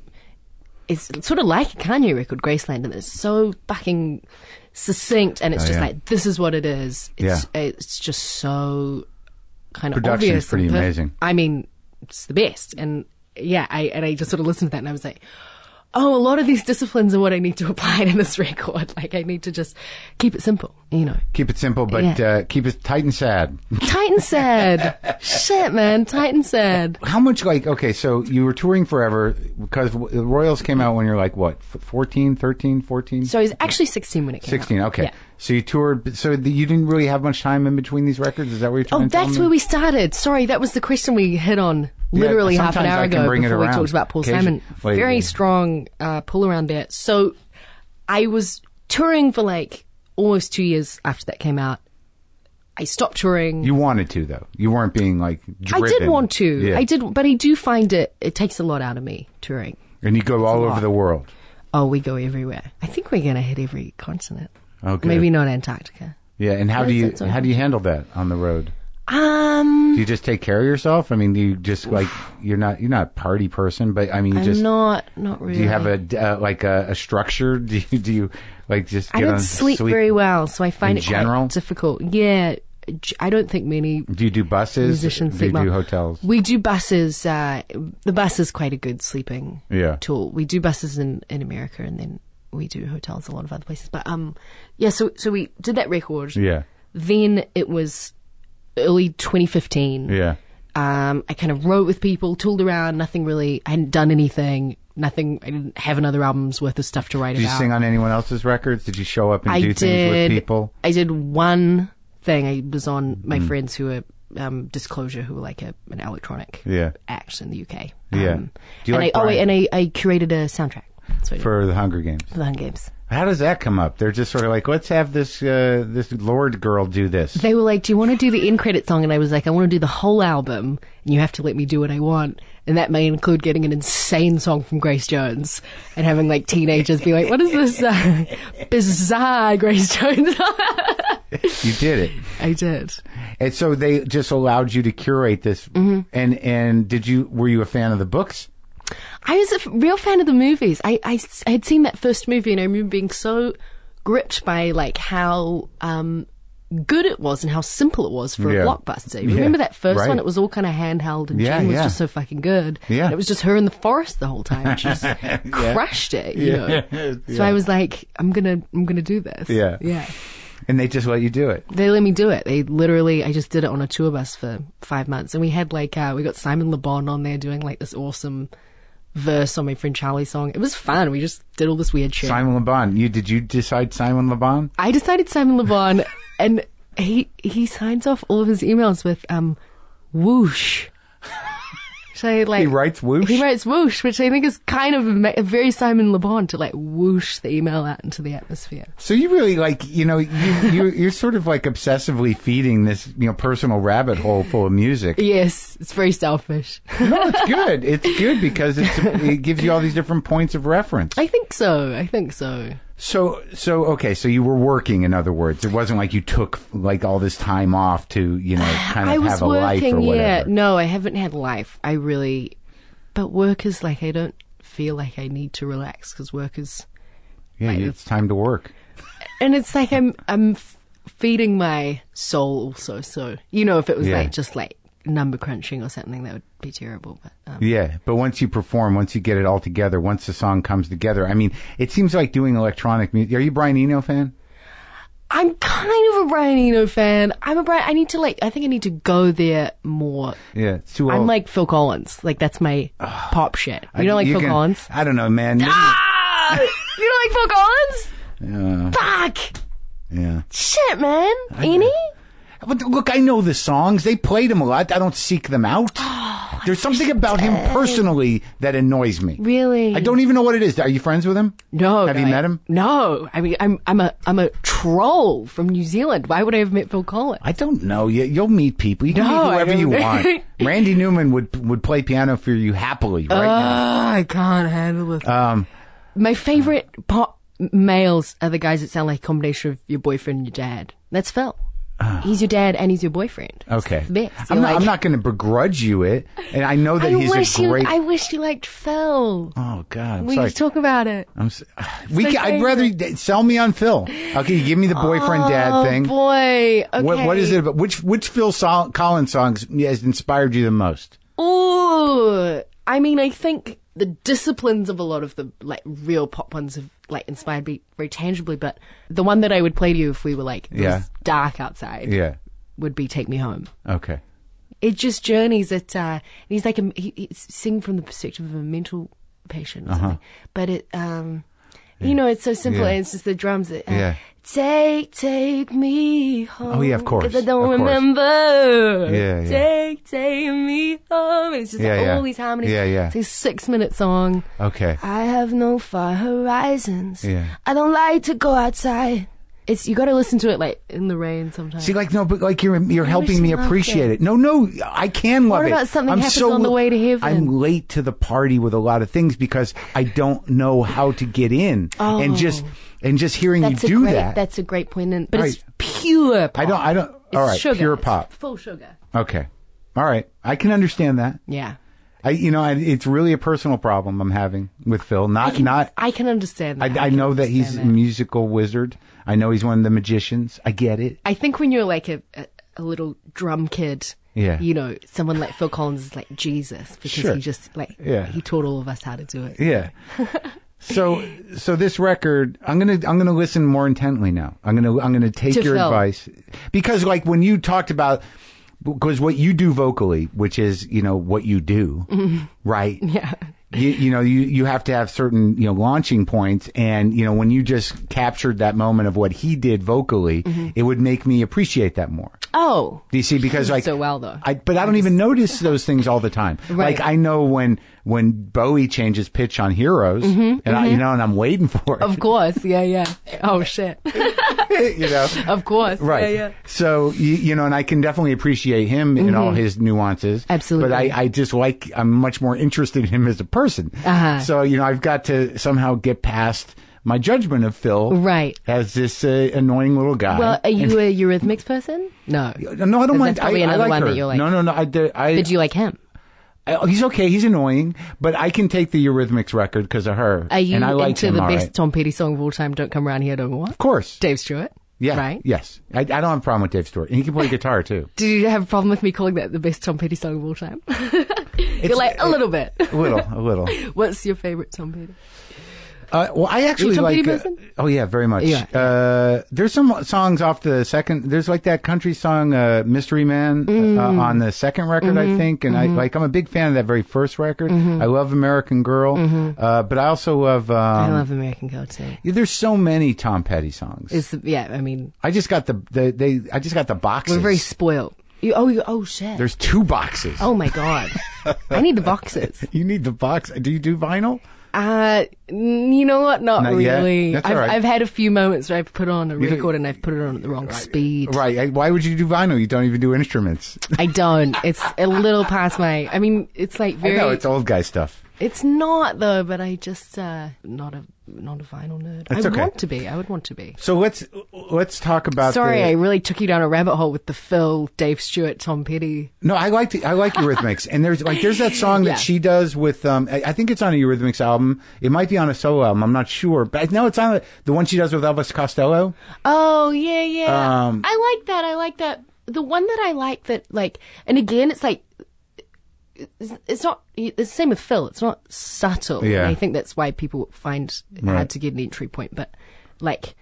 C: it's sort of like a Kanye record, Graceland, and it's so fucking succinct, and it's
A: Oh,
C: just
A: yeah.
C: like this is what it is. It's, it's just so kind of
A: Production's
C: obvious. and
A: pretty
C: perf-
A: amazing.
C: I mean, it's the best, and yeah, I and I just sort of listened to that, and I was like. Oh, a lot of these disciplines are what I need to apply to this record. Like, I need to just keep it simple, you know.
A: keep it simple, but
C: Yeah.
A: uh, keep it tight and sad.
C: Titan said, "Shit, man, Titan said."
A: How much? Like, okay, so you were touring forever because w- the Royals came out when you're like what, f- 14, 13, 14?
C: So he's actually sixteen when it came out.
A: 16, okay.
C: Yeah.
A: So you toured, but- so the, you didn't really have much time in between these records? Is that what you're trying
C: Oh,
A: to tell
C: that's
A: me?
C: where we started. Sorry, that was the question we hit on literally half an
A: sometimes
C: hour
A: I can
C: ago
A: bring it
C: before we
A: around.
C: talked about Paul
A: Occasion-
C: Simon.
A: Wait,
C: Very
A: yeah.
C: strong uh, pull around there. So I was touring for like almost two years after that came out. I stopped touring.
A: You wanted to, though. You weren't being like
C: I
A: driven.
C: did want to.
A: Yeah.
C: I did, but I do find it. It takes a lot out of me touring.
A: And you go all over
C: lot.
A: the world.
C: Oh, we go everywhere. I think we're gonna hit every continent.
A: Oh, good.
C: Maybe not Antarctica.
A: Yeah, and how do you
C: that's okay.
A: how do you handle that on the road?
C: Um,
A: Do you just take care of yourself? I mean, do you just like you're not you're not a party person, but I mean, you just
C: I'm not not really.
A: Do you have a uh, like a, a structure? Do you do you like just? Get
C: I don't
A: on
C: sleep, very well, so I find
A: in
C: it
A: general?
C: quite difficult. Yeah, j- I don't think many
A: Do you do buses?
C: musicians
A: do you
C: sleep well.
A: do hotels?
C: We do buses. Uh, the bus is quite a good sleeping
A: Yeah.
C: tool. We do buses in, in America, and then we do hotels a lot of other places. But um, yeah. So so we did that record.
A: Yeah,
C: Then it was early 2015.
A: yeah.
C: Um, I kind of wrote with people, tooled around, nothing really. I hadn't done anything. nothing. I didn't have another album's worth of stuff to write
A: Did you
C: about.
A: sing on anyone else's records? Did you show up and
C: I
A: do things with
C: did.
A: people? Mm.
C: I did one thing. I was on my friends who were um, Disclosure, who were like a, an electronic
A: Yeah.
C: act in the UK.
A: Yeah.
C: Um,
A: Do you
C: and
A: like
C: I, oh, wait,
A: Brian?
C: and I, I curated a soundtrack. That's what I did
A: For the Hunger Games.
C: for the Hunger Games.
A: How does that come up? They're just sort of like, let's have this uh, this Lord girl do this.
C: They were like, "Do you want to do the end credit song?" And I was like, "I want to do the whole album, and you have to let me do what I want." And that may include getting an insane song from Grace Jones and having like teenagers be like, "What is this uh, bizarre Grace Jones?"
A: you did it,
C: I did.
A: and so they just allowed you to curate this.
C: Mm-hmm.
A: And and did you were you a fan of the books?
C: I was a f- real fan of the movies. I, I s- I had seen that first movie and I remember being so gripped by like how um, good it was and how simple it was for
A: Yeah.
C: a blockbuster. You Remember that first
A: right.
C: one? It was all kind of handheld and
A: Yeah,
C: Jane was
A: yeah.
C: just so fucking good.
A: Yeah.
C: And it was just her in the forest the whole time. and She just crushed it. You know? So I was like, I'm gonna I'm gonna do this.
A: Yeah.
C: Yeah.
A: And they just let you do it.
C: They let me do it. They literally, I just did it on a tour bus for five months. And we had like, uh, we got Simon Le Bon on there doing like this awesome verse on my friend Charlie's song. It was fun. We just did all this weird shit.
A: Simon Le Bon. You did you decide Simon Le Bon?
C: I decided Simon Le Bon and he, he signs off all of his emails with, um, whoosh. So like,
A: He writes whoosh?
C: He writes whoosh, which I think is kind of ama- very Simon Le Bon to like whoosh the email out into the atmosphere.
A: So you really like you know you, you you're sort of like obsessively feeding this you know personal rabbit hole full of music.
C: Yes, it's very selfish.
A: No, it's good. It's good because it's, it gives you all these different points of reference.
C: I think so. I think so.
A: So, so okay. So you were working, in other words, it wasn't like you took like all this time off to you know kind of have a life or
C: yeah.
A: whatever.
C: No, I haven't had life. I really, but work is like I don't feel like I need to relax because work is,
A: Yeah, it's time to work.
C: and it's like I'm I'm f- feeding my soul also. So you know, if it was
A: Yeah.
C: like just like number crunching or something, that would be terrible. But um,
A: Yeah, but once you perform, once you get it all together, once the song comes together, I mean, it seems like doing electronic music. Are you a Brian Eno fan?
C: I'm kind of a Brian Eno fan. I'm a Brian. I need to like. I think I need to go there more.
A: Yeah, it's too old.
C: I'm like Phil Collins. Like that's my pop shit. You don't like Phil
A: can-
C: Collins?
A: I don't know, man. Maybe-
C: Ah! you don't like Phil Collins?
A: Yeah,
C: Fuck.
A: yeah.
C: Shit, man. Any?
A: But look, I know the songs. They played him a lot. I don't seek them out.
C: Oh,
A: There's something about him personally that annoys me.
C: Really?
A: I don't even know what it is. Are you friends with him?
C: No.
A: Have you
C: no,
A: met him?
C: No. I mean, I'm I'm a I'm a troll from New Zealand. Why would I have met Phil Collins?
A: I don't know. You, you'll meet people. You can
C: No,
A: meet
C: I
A: whoever you
C: don't-
A: want. Randy Newman would would play piano for you happily
C: Oh,
A: right
C: Ah, I can't handle it.
A: now. Um,
C: My favorite pop males are the guys that sound like a combination of your boyfriend and your dad. That's Phil. he's your dad and he's your boyfriend. It's
A: Ah. okay.
C: the best.
A: I'm
C: You're
A: not,
C: like,
A: I'm not going to begrudge you it, and I know that
C: I
A: he's
C: wish
A: a
C: you.
A: great.
C: I wish you liked Phil.
A: oh God, I'm
C: we
A: sorry.
C: could talk about it.
A: I'm s we
C: my
A: can, I'd
C: favorite.
A: rather d- sell me on Phil. Okay, you give me the boyfriend
C: oh
A: dad thing.
C: boy. Okay.
A: What what is it about? Which which Phil Sol- Collins songs has inspired you the most?
C: Ooh, I mean, I think the disciplines of a lot of the like real pop ones have like inspired me very tangibly. But the one that I would play to you if we were like it
A: Yeah.
C: was dark outside
A: Yeah.
C: would be "Take Me Home."
A: Okay.
C: It just journeys it. Uh, and he's like a, he, he's singing from the perspective of a mental patient, or something. but it um, you know, it's so simple.
A: Uh-huh. Yeah.
C: And it's just the drums. That, uh,
A: Yeah. Oh,
C: Take, take me home.
A: yeah, of course,
C: Because I don't
A: of course.
C: remember.
A: Yeah, yeah.
C: Take, take me home. And it's just
A: Yeah,
C: like
A: yeah.
C: all these harmonies.
A: Yeah, yeah.
C: It's a six minute song.
A: Okay.
C: I have no far horizons.
A: Yeah.
C: I don't like to go outside. It's you got to listen to it like in the rain sometimes.
A: See, like no, but like you're you're helping
C: you
A: me
C: loved
A: appreciate it. No, no, I can love it.
C: about something happens on the way to heaven?
A: I'm late to the party with a lot of things because I don't know how to get in, and just and just hearing
C: Oh. that's
A: you
C: a
A: do
C: great,
A: that,
C: That's a great point. And, but it's
A: Right.
C: pure. Pop.
A: I don't, I don't.
C: It's
A: all right,
C: sugar.
A: pure
C: It's
A: pop.
C: full sugar.
A: Okay, all right, I can understand that.
C: Yeah.
A: I, you know, I, it's really a personal problem I'm having with Phil. Not,
C: I can,
A: not.
C: I can understand
A: I,
C: that.
A: I
C: can
A: know that he's a
C: understand
A: musical wizard. I know he's one of the magicians. I get it.
C: I think when you're like a, a, a little drum kid,
A: Yeah.
C: you know, someone like Phil Collins is like Jesus because
A: Sure.
C: he just like
A: Yeah.
C: he taught all of us how to do it.
A: Yeah. so so this record, I'm gonna I'm gonna listen more intently now. I'm gonna I'm gonna take
C: To
A: your
C: Phil.
A: advice because like when you talked about because what you do vocally, which is you know what you do, right?
C: Mm-hmm. Yeah.
A: you, you know, you, you have to have certain, you know, launching points. And, you know, when you just captured that moment of what he did vocally, it would make me appreciate that more.
C: Oh,
A: Do you see? Because
C: Mm-hmm. He
A: like
C: did so well, though.
A: I but I don't even notice those things all the time.
C: Right.
A: Like I know when when Bowie changes pitch on Heroes, and I you know, and I'm waiting for it.
C: Mm-hmm. of course. Yeah, yeah. Oh shit.
A: you know,
C: Of course.
A: right?
C: Yeah, yeah.
A: So you, you know, and I can definitely appreciate him in all his nuances.
C: Mm-hmm. Absolutely.
A: But I, I just like I'm much more interested in him as a person.
C: Uh-huh.
A: So you know, I've got to somehow get past my judgment of Phil.
C: Right.
A: As this uh, annoying little guy. Uh,
C: Well, are you a Eurythmics person? No.
A: no, I don't mind.
C: that's probably
A: I, I
C: another
A: like
C: one
A: her.
C: that you like.
A: No, no, no. I, did- I,
C: Did you like him?
A: I- he's okay. He's annoying, but I can take the Eurythmics record because of her.
C: Are you
A: and I like
C: into
A: him,
C: the
A: all
C: best
A: right.
C: Tom Petty song of all time? Don't come around here no more.
A: Of course.
C: Dave Stewart.
A: Yeah.
C: Right.
A: Yes. I, I don't have a problem with Dave Stewart, and he can play guitar too.
C: Did you have a problem with me calling that the best Tom Petty song of all time? You're like a little bit.
A: A little, a little.
C: What's your favorite Tom Petty?
A: Uh, well, I actually
C: Tom
A: like.
C: Petty
A: uh,
C: person?
A: oh yeah, very much.
C: Yeah.
A: Uh, there's some songs off the second. There's like that country song, uh, "Mystery Man," uh,
C: Mm.
A: on the second record,
C: Mm-hmm.
A: I think. And I like. I'm a big fan of that very first record. I love "American Girl," uh, but I also love. Um,
C: Mm-hmm. I love American Girl too.
A: there's so many Tom Petty songs.
C: It's yeah. I mean,
A: I just got the, the they. I just got the boxes.
C: we're very spoiled. You, oh, you, oh shit.
A: There's two boxes.
C: oh my god. I need the boxes.
A: You need the box. Do you do vinyl?
C: Uh, n- you know what? Not,
A: Not yet?
C: really.
A: That's
C: I've,
A: all right.
C: I've had a few moments where I've put on a
A: don't-
C: record and I've put it on at the wrong speed.
A: Right. I- Why would you do vinyl? You don't even do instruments.
C: I don't. It's a little past my. I mean, it's like
A: I
C: very.
A: know it's old guy stuff.
C: It's not though, but I just uh, not a not a vinyl nerd.
A: It's
C: I
A: okay.
C: want to be. I would want to be.
A: So let's let's talk about.
C: Sorry,
A: the-
C: I really took you down a rabbit hole with the Phil, Dave Stewart, Tom Petty.
A: no, I like the, I like Eurythmics, and there's like there's that song that
C: Yeah.
A: she does with um I, I think it's on a Eurythmics album. It might be on a solo album. I'm not sure, but I know it's on the, the one she does with Elvis Costello.
C: Oh yeah, yeah.
A: Um,
C: I like that. I like that. The one that I like that like, and again, it's like. it's- It's not. It's the same with Phil. It's not subtle.
A: Yeah.
C: And I think that's why people find it
A: Right.
C: hard to get an entry point. But like,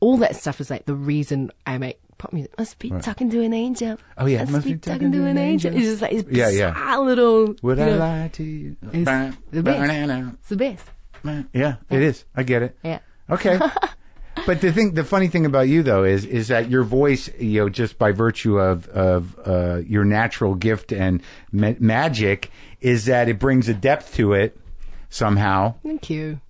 C: all that stuff is like the reason I make pop music. Must be talking to an angel.
A: Oh, yeah,
C: must, be, talking, to an angel. It's just like it's
A: Yeah,
C: bizarre
A: yeah.
C: little.
A: Would
C: you
A: I
C: know,
A: lie to you?
C: It's the best. It's the best.
A: Yeah, it is. I get it.
C: Yeah.
A: Okay. but the thing, the funny thing about you though is, is that your voice, you know, just by virtue of of uh, your natural gift and ma- magic, is that it brings a depth to it somehow.
C: Thank you.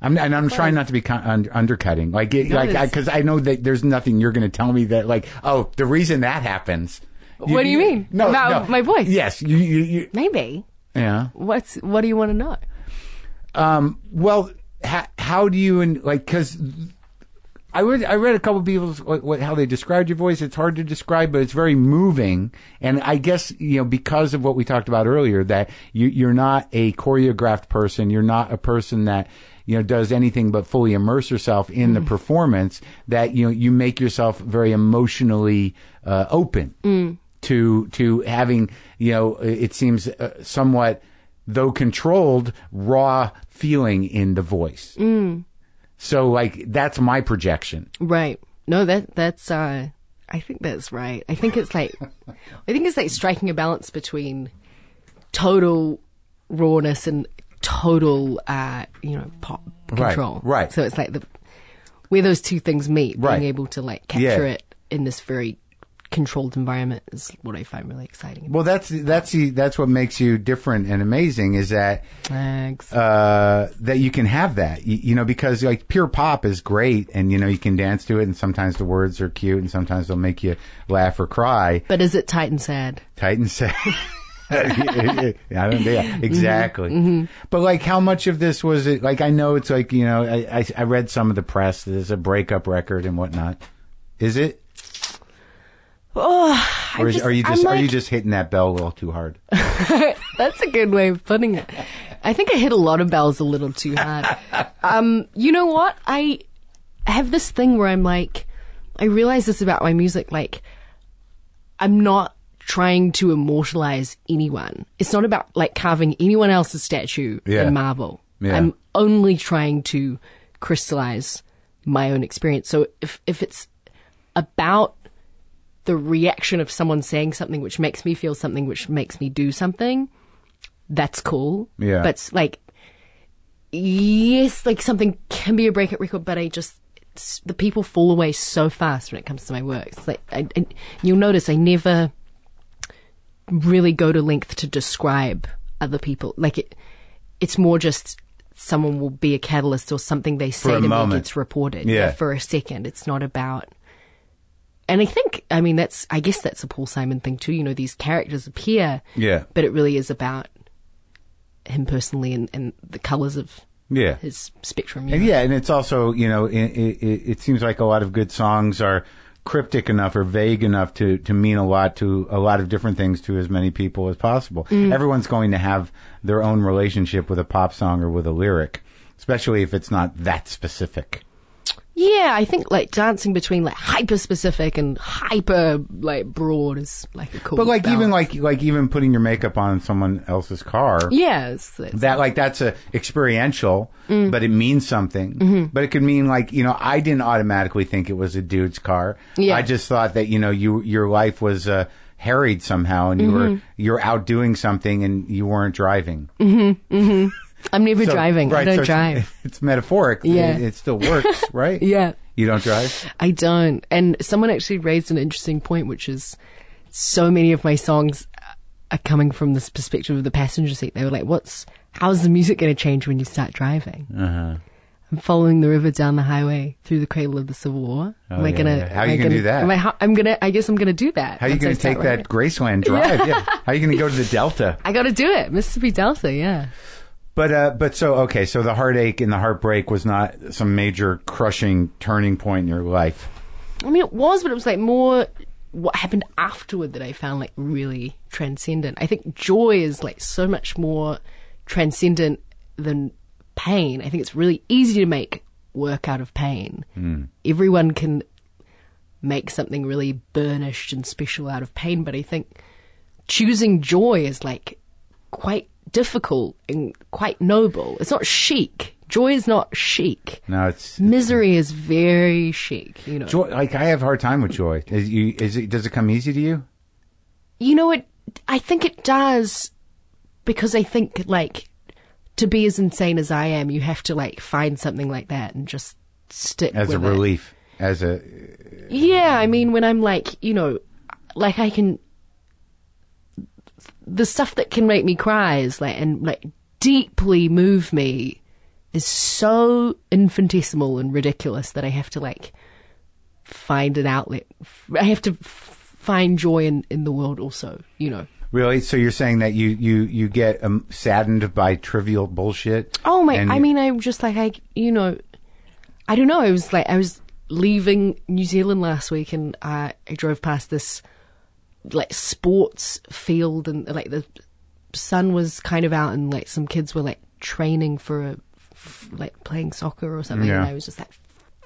A: I'm, and I'm trying not to be con- un- undercutting, like, it, like,
C: it's-
A: because I, know that there's nothing you're going to tell me that, like, oh, the reason that happens.
C: What do you mean?
A: No,
C: About
A: no.
C: my voice?
A: Yes, you, you, you
C: Maybe.
A: yeah.
C: What's what do you want to know?
A: Um, well, ha- how do you and like because I read I read a couple of people's what, what, how they described your voice. It's hard to describe, but it's very moving. And I guess you know because of what we talked about earlier that you, you're not a choreographed person. You're not a person that you know does anything but fully immerse yourself in the performance. That you know you make yourself very emotionally uh, open to to having you know it seems uh, somewhat though controlled raw feeling in the voice. So like that's my projection.
C: Right. No, that that's uh I think that's right. I think it's like I think it's like striking a balance between total rawness and total uh you know pop control.
A: right.
C: So it's like the where those two things meet,
A: Right.
C: being able to like capture
A: Yeah.
C: it in this very controlled environment is what I find really exciting.
A: Well, that's that's the, that's what makes you different and amazing is that
C: Thanks.
A: uh, that you can have that. You, you know, because like pure pop is great, and you know you can dance to it, and sometimes the words are cute, and sometimes they'll make you laugh or cry.
C: but is it tight and sad?
A: Titan said. I don't, yeah, exactly. But like, how much of this was it? Like, I know it's like you know, I, I, I read some of the press. There's a breakup record and whatnot. Is it,
C: Oh,
A: or is, are you just
C: I'm
A: are you
C: like-
A: just hitting that bell a little too hard?
C: That's a good way of putting it. I think I hit a lot of bells a little too hard. Um, you know what? I have this thing where I'm like, I realize this about my music. Like, I'm not trying to immortalize anyone. It's not about like carving anyone else's statue
A: Yeah.
C: in marble.
A: Yeah.
C: I'm only trying to crystallize my own experience. So if if it's about the reaction of someone saying something which makes me feel something which makes me do something that's cool.
A: Yeah.
C: But s- like, yes, like something can be a breakout record, but I just it's- the people fall away so fast when it comes to my work. It's like, I, I- you'll notice I never really go to length to describe other people. Like it, it's more just someone will be a catalyst or something they say
A: a
C: to me
A: moment.
C: gets reported
A: Yeah.
C: for a second. It's not about and I think, I mean, that's, I guess that's a Paul Simon thing too. You know, these characters appear,
A: Yeah.
C: but it really is about him personally and, and the colors of
A: Yeah.
C: his spectrum. you
A: And
C: know.
A: yeah, and it's also you know it, it, it it seems like a lot of good songs are cryptic enough or vague enough to to mean a lot to a lot of different things to as many people as possible. Everyone's going to have their own relationship with a pop song or with a lyric, especially if it's not that specific.
C: Yeah, I think like dancing between like hyper specific and hyper like broad is like a cool.
A: But like even like
C: balance.
A: like even putting your makeup on someone else's car.
C: yeah, it's- it's-
A: that like that's a experiential
C: Mm.
A: but it means something
C: Mm-hmm.
A: but it could mean like you know i didn't automatically think it was a dude's car
C: Yeah.
A: i just thought that you know you your life was uh harried somehow and you were
C: Mm-hmm.
A: you're out doing something and you weren't driving
C: I'm never driving.
A: right,
C: I don't
A: so it's-
C: drive.
A: it's, metaphoric
C: Yeah.
A: it, it still works right
C: Yeah.
A: you don't drive
C: I don't. And someone actually raised an interesting point, which is so many of my songs are coming from this perspective of the passenger seat. They were like, what's, how's the music going to change when you start driving?
A: Uh-huh.
C: I'm following the river down the highway through the cradle of the Civil War. am I
A: Oh, yeah,
C: gonna?
A: yeah. How
C: am
A: you
C: I
A: gonna do that?
C: Am I, ho- I'm gonna. I guess I'm gonna do that.
A: how are you
C: once I
A: going to
C: start
A: take that
C: writing.
A: graceland drive yeah. how are you going to go to the delta
C: I gotta do it, Mississippi Delta. Yeah.
A: But uh, but so okay, so the heartache and the heartbreak was not some major crushing turning point in your life.
C: I mean, it was, but it was like more what happened afterward that I found like really transcendent. I think joy is like so much more transcendent than pain. I think it's really easy to make work out of pain. Everyone can make something really burnished and special out of pain, but I think choosing joy is like quite difficult and quite noble. It's not chic. Joy is not chic.
A: No, it's
C: Misery is very chic, you know.
A: joy. Like I have a hard time with joy. Is you is it does it come easy to you?
C: You know what? I think it does because I think like to be as insane as I am, you have to like find something like that and just stick
A: As a
C: with it.
A: relief, as a
C: Yeah, I mean, when I'm like, you know, like I can. The stuff that can make me cry is like, and like deeply move me is so infinitesimal and ridiculous that I have to like find an outlet. I have to f- find joy in, in the world also, you know.
A: really. So you're saying that you you you get um, saddened by trivial bullshit.
C: Oh my!
A: and-
C: I mean, I'm just like I, you know, I don't know. I was like, I was leaving New Zealand last week, and uh, I drove past this like sports field, and like the sun was kind of out, and like some kids were like training for a f- like playing soccer or something,
A: Yeah.
C: and I was just like,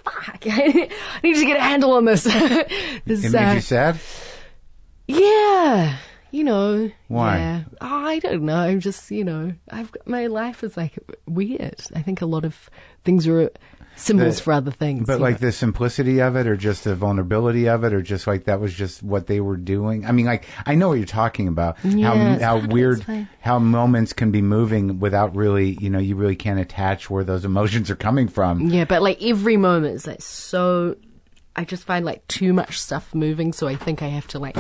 C: "Fuck! I need to get a handle on this." This,
A: it
C: uh,
A: made you sad.
C: yeah, you know.
A: Why?
C: Yeah. I don't know. I'm just, you know, I've got, my life is like weird. I think a lot of things are symbols
A: The-
C: for other things.
A: But
C: you
A: like
C: know.
A: the simplicity of it, or just the vulnerability of it, or just like that was just what they were doing. I mean, like I know what you're talking about.
C: Yeah, it's
A: how how
C: hard,
A: weird,
C: it's fine.
A: how moments can be moving without really, you know, you really can't attach where those emotions are coming from.
C: yeah, but like every moment is like so. I just find like too much stuff moving, so I think I have to like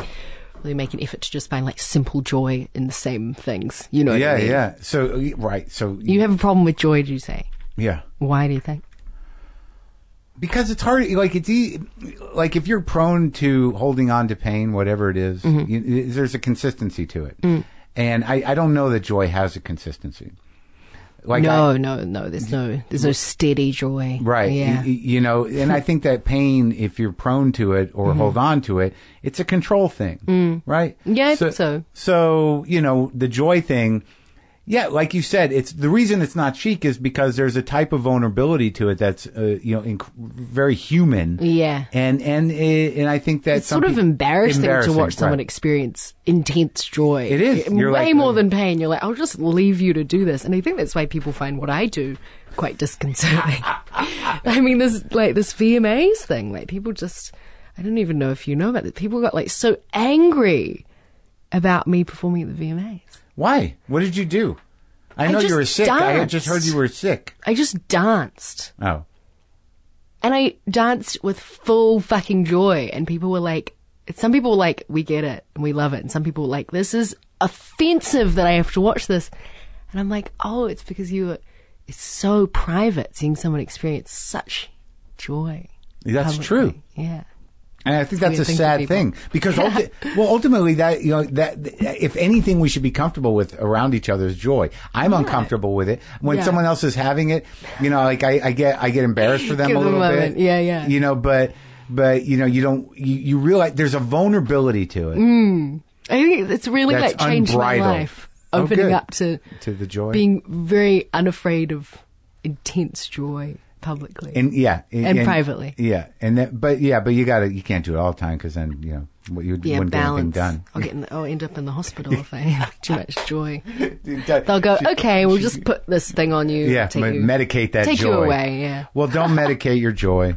C: really make an effort to just find like simple joy in the same things. You know? what I
A: Yeah,
C: mean?
A: yeah. So right, so
C: You have a problem with joy, do you say?
A: yeah.
C: Why do you think?
A: because it's hard like it's e- like if you're prone to holding on to pain whatever it is,
C: Mm-hmm.
A: you, there's a consistency to it
C: Mm.
A: and I, I don't know that joy has a consistency like
C: no,
A: I,
C: no, no. There's no, there's no steady joy.
A: right
C: Yeah.
A: y- y- you know and i think that pain if you're prone to it or
C: Mm-hmm.
A: hold on to it it's a control thing right
C: Mm. Yeah, I think so.
A: so you know the joy thing yeah like you said it's the reason it's not chic is because there's a type of vulnerability to it that's uh, you know inc- very human
C: Yeah.
A: and and it, and i think that
C: it's sort of embarrassing, to watch someone
A: right.
C: experience intense joy.
A: It is.
C: It-
A: You're
C: way
A: like- uh,
C: more than pain. You're like, I'll just leave you to do this, and I think that's why people find what I do quite disconcerting. I mean, this like this VMAs thing. Like people just, I don't even know if you know about it. People got like so angry about me performing at the VMAs.
A: Why? What did you do? I
C: I
A: know you
C: just
A: were sick. I had just heard
C: danced.
A: you were sick.
C: I just danced.
A: Oh.
C: And I danced with full fucking joy. And people were like, some people were like, we get it and we love it. And some people were like, this is offensive that I have to watch this. And I'm like, oh, it's because you were, it's so private seeing someone experience such joy.
A: That's
C: publicly.
A: true.
C: Yeah.
A: And I think that's
C: weird
A: a
C: thing for
A: sad
C: people.
A: thing because ulti- well, ultimately that you know that if anything we should be comfortable with around each other's joy. I'm uncomfortable with it when
C: Yeah.
A: someone else is having it. You know, like I, I get I get embarrassed for them
C: Give
A: a
C: them a
A: little
C: moment.
A: bit.
C: Yeah, yeah.
A: You know, but but you know you don't you, you realize there's a vulnerability to it
C: Mm. I think it's really
A: That's
C: like changed
A: unbridled.
C: my life.
A: Oh,
C: Opening
A: good.
C: up to
A: to the joy
C: being very unafraid of intense joy publicly.
A: and yeah and,
C: and privately.
A: Yeah, and that, but yeah, but you gotta you can't do it all the time because then you know what you
C: yeah,
A: wouldn't
C: balance.
A: get anything
C: I'll, get in the, I'll end up in the hospital if I have too much joy.
A: done.
C: They'll go, okay, we'll just put this thing on you.
A: Yeah,
C: take
A: me-
C: you,
A: medicate that
C: take
A: joy.
C: you away. Yeah.
A: Well, don't medicate your joy.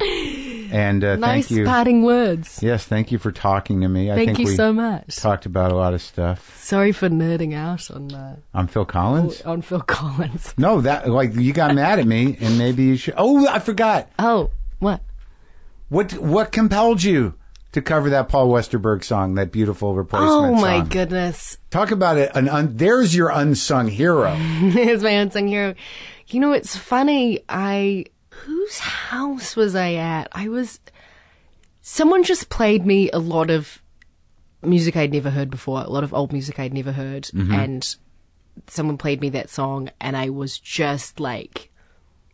A: And uh,
C: Nice
A: thank you.
C: parting words.
A: Yes, thank you for talking to me. I
C: Thank
A: think
C: you
A: we
C: so much.
A: talked about a lot of stuff.
C: Sorry for nerding out on uh,
A: I'm Phil Collins.
C: on Phil Collins.
A: No, that like you got mad at me, and maybe you should. Oh, I forgot.
C: Oh, what?
A: What what compelled you to cover that Paul Westerberg song, that beautiful replacement?
C: oh my
A: song?
C: goodness.
A: Talk about it. An un, there's your unsung hero.
C: There's my unsung hero. You know, it's funny. I whose house was I at? I was. Someone just played me a lot of music I'd never heard before, a lot of old music I'd never heard, and someone played me that song, and I was just like,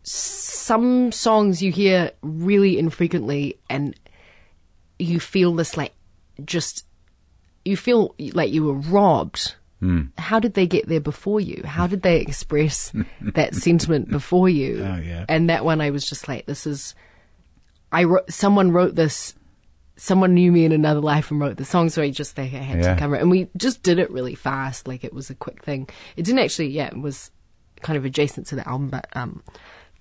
C: some songs you hear really infrequently, and you feel this like just you feel like you were robbed. How did they get there before you? How did they express that sentiment before you? Oh,
A: yeah.
C: And that one, I was just like, this is. I wrote, someone wrote this. Someone knew me in another life and wrote the song, so I just think I had
A: Yeah.
C: to cover it. And we just did it really fast, like it was a quick thing. It didn't actually, yeah, it was kind of adjacent to the album, but um,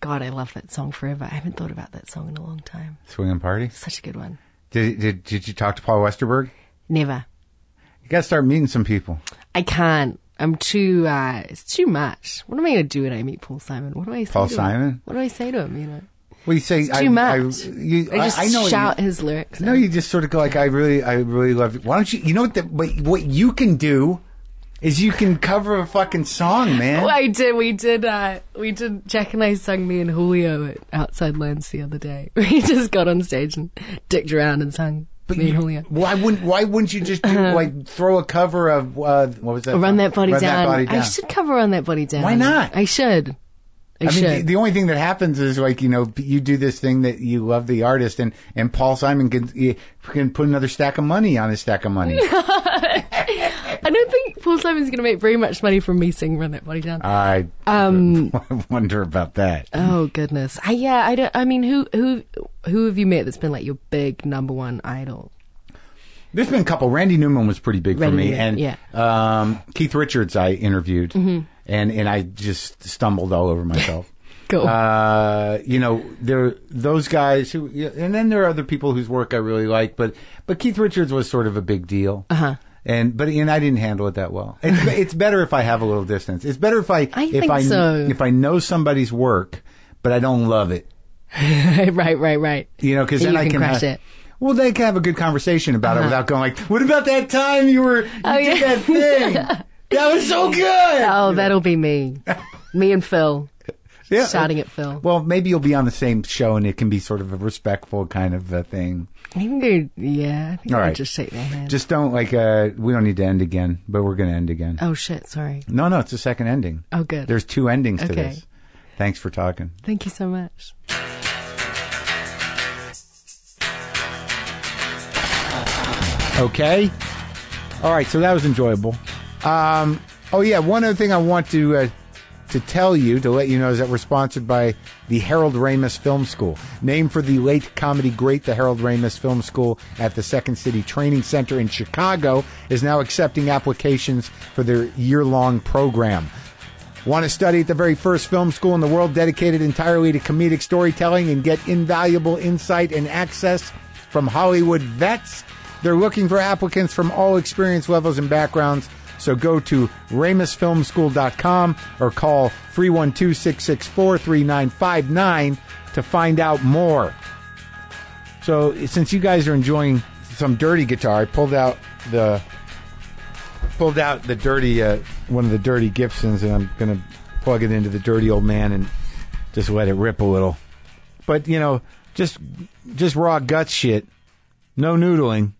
C: God, I love that song forever. I haven't thought about that song in a long time.
A: Swinging party.
C: Such a good one.
A: Did, did did you talk to Paul Westerberg?
C: Never.
A: You got to start meeting some people.
C: I can't. I'm too. Uh, it's too much. What am I going to do when I meet Paul Simon? What do I say?
A: Paul
C: to
A: Simon?
C: Him? What do I say to him? You know,
A: Well, you say
C: it's too much.
A: I, you,
C: I just
A: I, know what you-
C: shout his lyrics.
A: No,
C: out.
A: you just sort of go like, I really, I really love. Why don't you? You know what? The, what, what you can do is you can cover a fucking song, man.
C: Well, Oh, I did. We did. Uh, we did. Jack and I sung me and Julio at Outside Lands the other day. We just got on stage and dicked around and sung
A: But
C: me
A: you-
C: and Julio.
A: why wouldn't? Why wouldn't you just do, like throw a cover of uh, what was that?
C: Uh-huh. Run
A: song?
C: that body
A: Run
C: down.
A: That body down.
C: I should cover run that body down.
A: Why not?
C: I should.
A: I
C: I,
A: mean,
C: should.
A: the, the only thing that happens is like you know you do this thing that you love the artist, and and Paul Simon can he can put another stack of money on his stack of money.
C: I don't think Paul Simon's going to make very much money from me singing "Run That Body Down."
A: I um, wonder about that.
C: Oh goodness! I, yeah, I don't. I mean, who who who have you met that's been like your big number one idol?
A: There's been a couple. Randy Newman was pretty big for
C: Randy
A: me,
C: Newman,
A: and um, Keith Richards I interviewed,
C: Mm-hmm.
A: and and I just stumbled all over myself.
C: Cool.
A: Uh, you know, there those guys who, yeah, and then there are other people whose work I really like, but but Keith Richards was sort of a big deal. Uh-huh. And but and I didn't handle it that well. It's, it's better if I have a little distance. It's better if I,
C: I
A: if
C: think
A: I
C: so.
A: if I know somebody's work, but I don't love it.
C: right, right, right.
A: You know, because
C: Then
A: then
C: you
A: I
C: can
A: can
C: crush
A: have-
C: it. Uh-huh.
A: Well, they can have a good conversation about it without going like, "What about that time you were you
C: Oh,
A: did
C: yeah.
A: that thing? that was so good."
C: Oh, that'll be me, me and Phil
A: Yeah.
C: shouting at Phil.
A: Well, maybe you'll be on the same show, and it can be sort of a respectful kind of a thing.
C: I think they, yeah, I think
A: All
C: I'll
A: right.
C: just shake their hand.
A: Just don't like. Uh, we don't need to end again, but we're going to end again.
C: oh shit! Sorry.
A: No, no, it's a second ending.
C: Oh, good.
A: There's two endings to
C: Okay.
A: this. Thanks for talking.
C: Thank you so much.
A: Okay. All right. So that was enjoyable. Um, oh yeah. One other thing I want to uh, to tell you to let you know is that we're sponsored by the Harold Ramis Film School, named for the late comedy great. The Harold Ramis Film School at the Second City Training Center in Chicago is now accepting applications for their year long program. Want to study at the very first film school in the world dedicated entirely to comedic storytelling and get invaluable insight and access from Hollywood vets? They're looking for applicants from all experience levels and backgrounds. So go to ramusfilmschool.com or call 312 664 3959 to find out more. So since you guys are enjoying some dirty guitar, I pulled out the pulled out the dirty uh, one of the dirty Gibsons, and I'm gonna plug it into the dirty old man and just let it rip a little. But you know, just just raw gut shit, no noodling.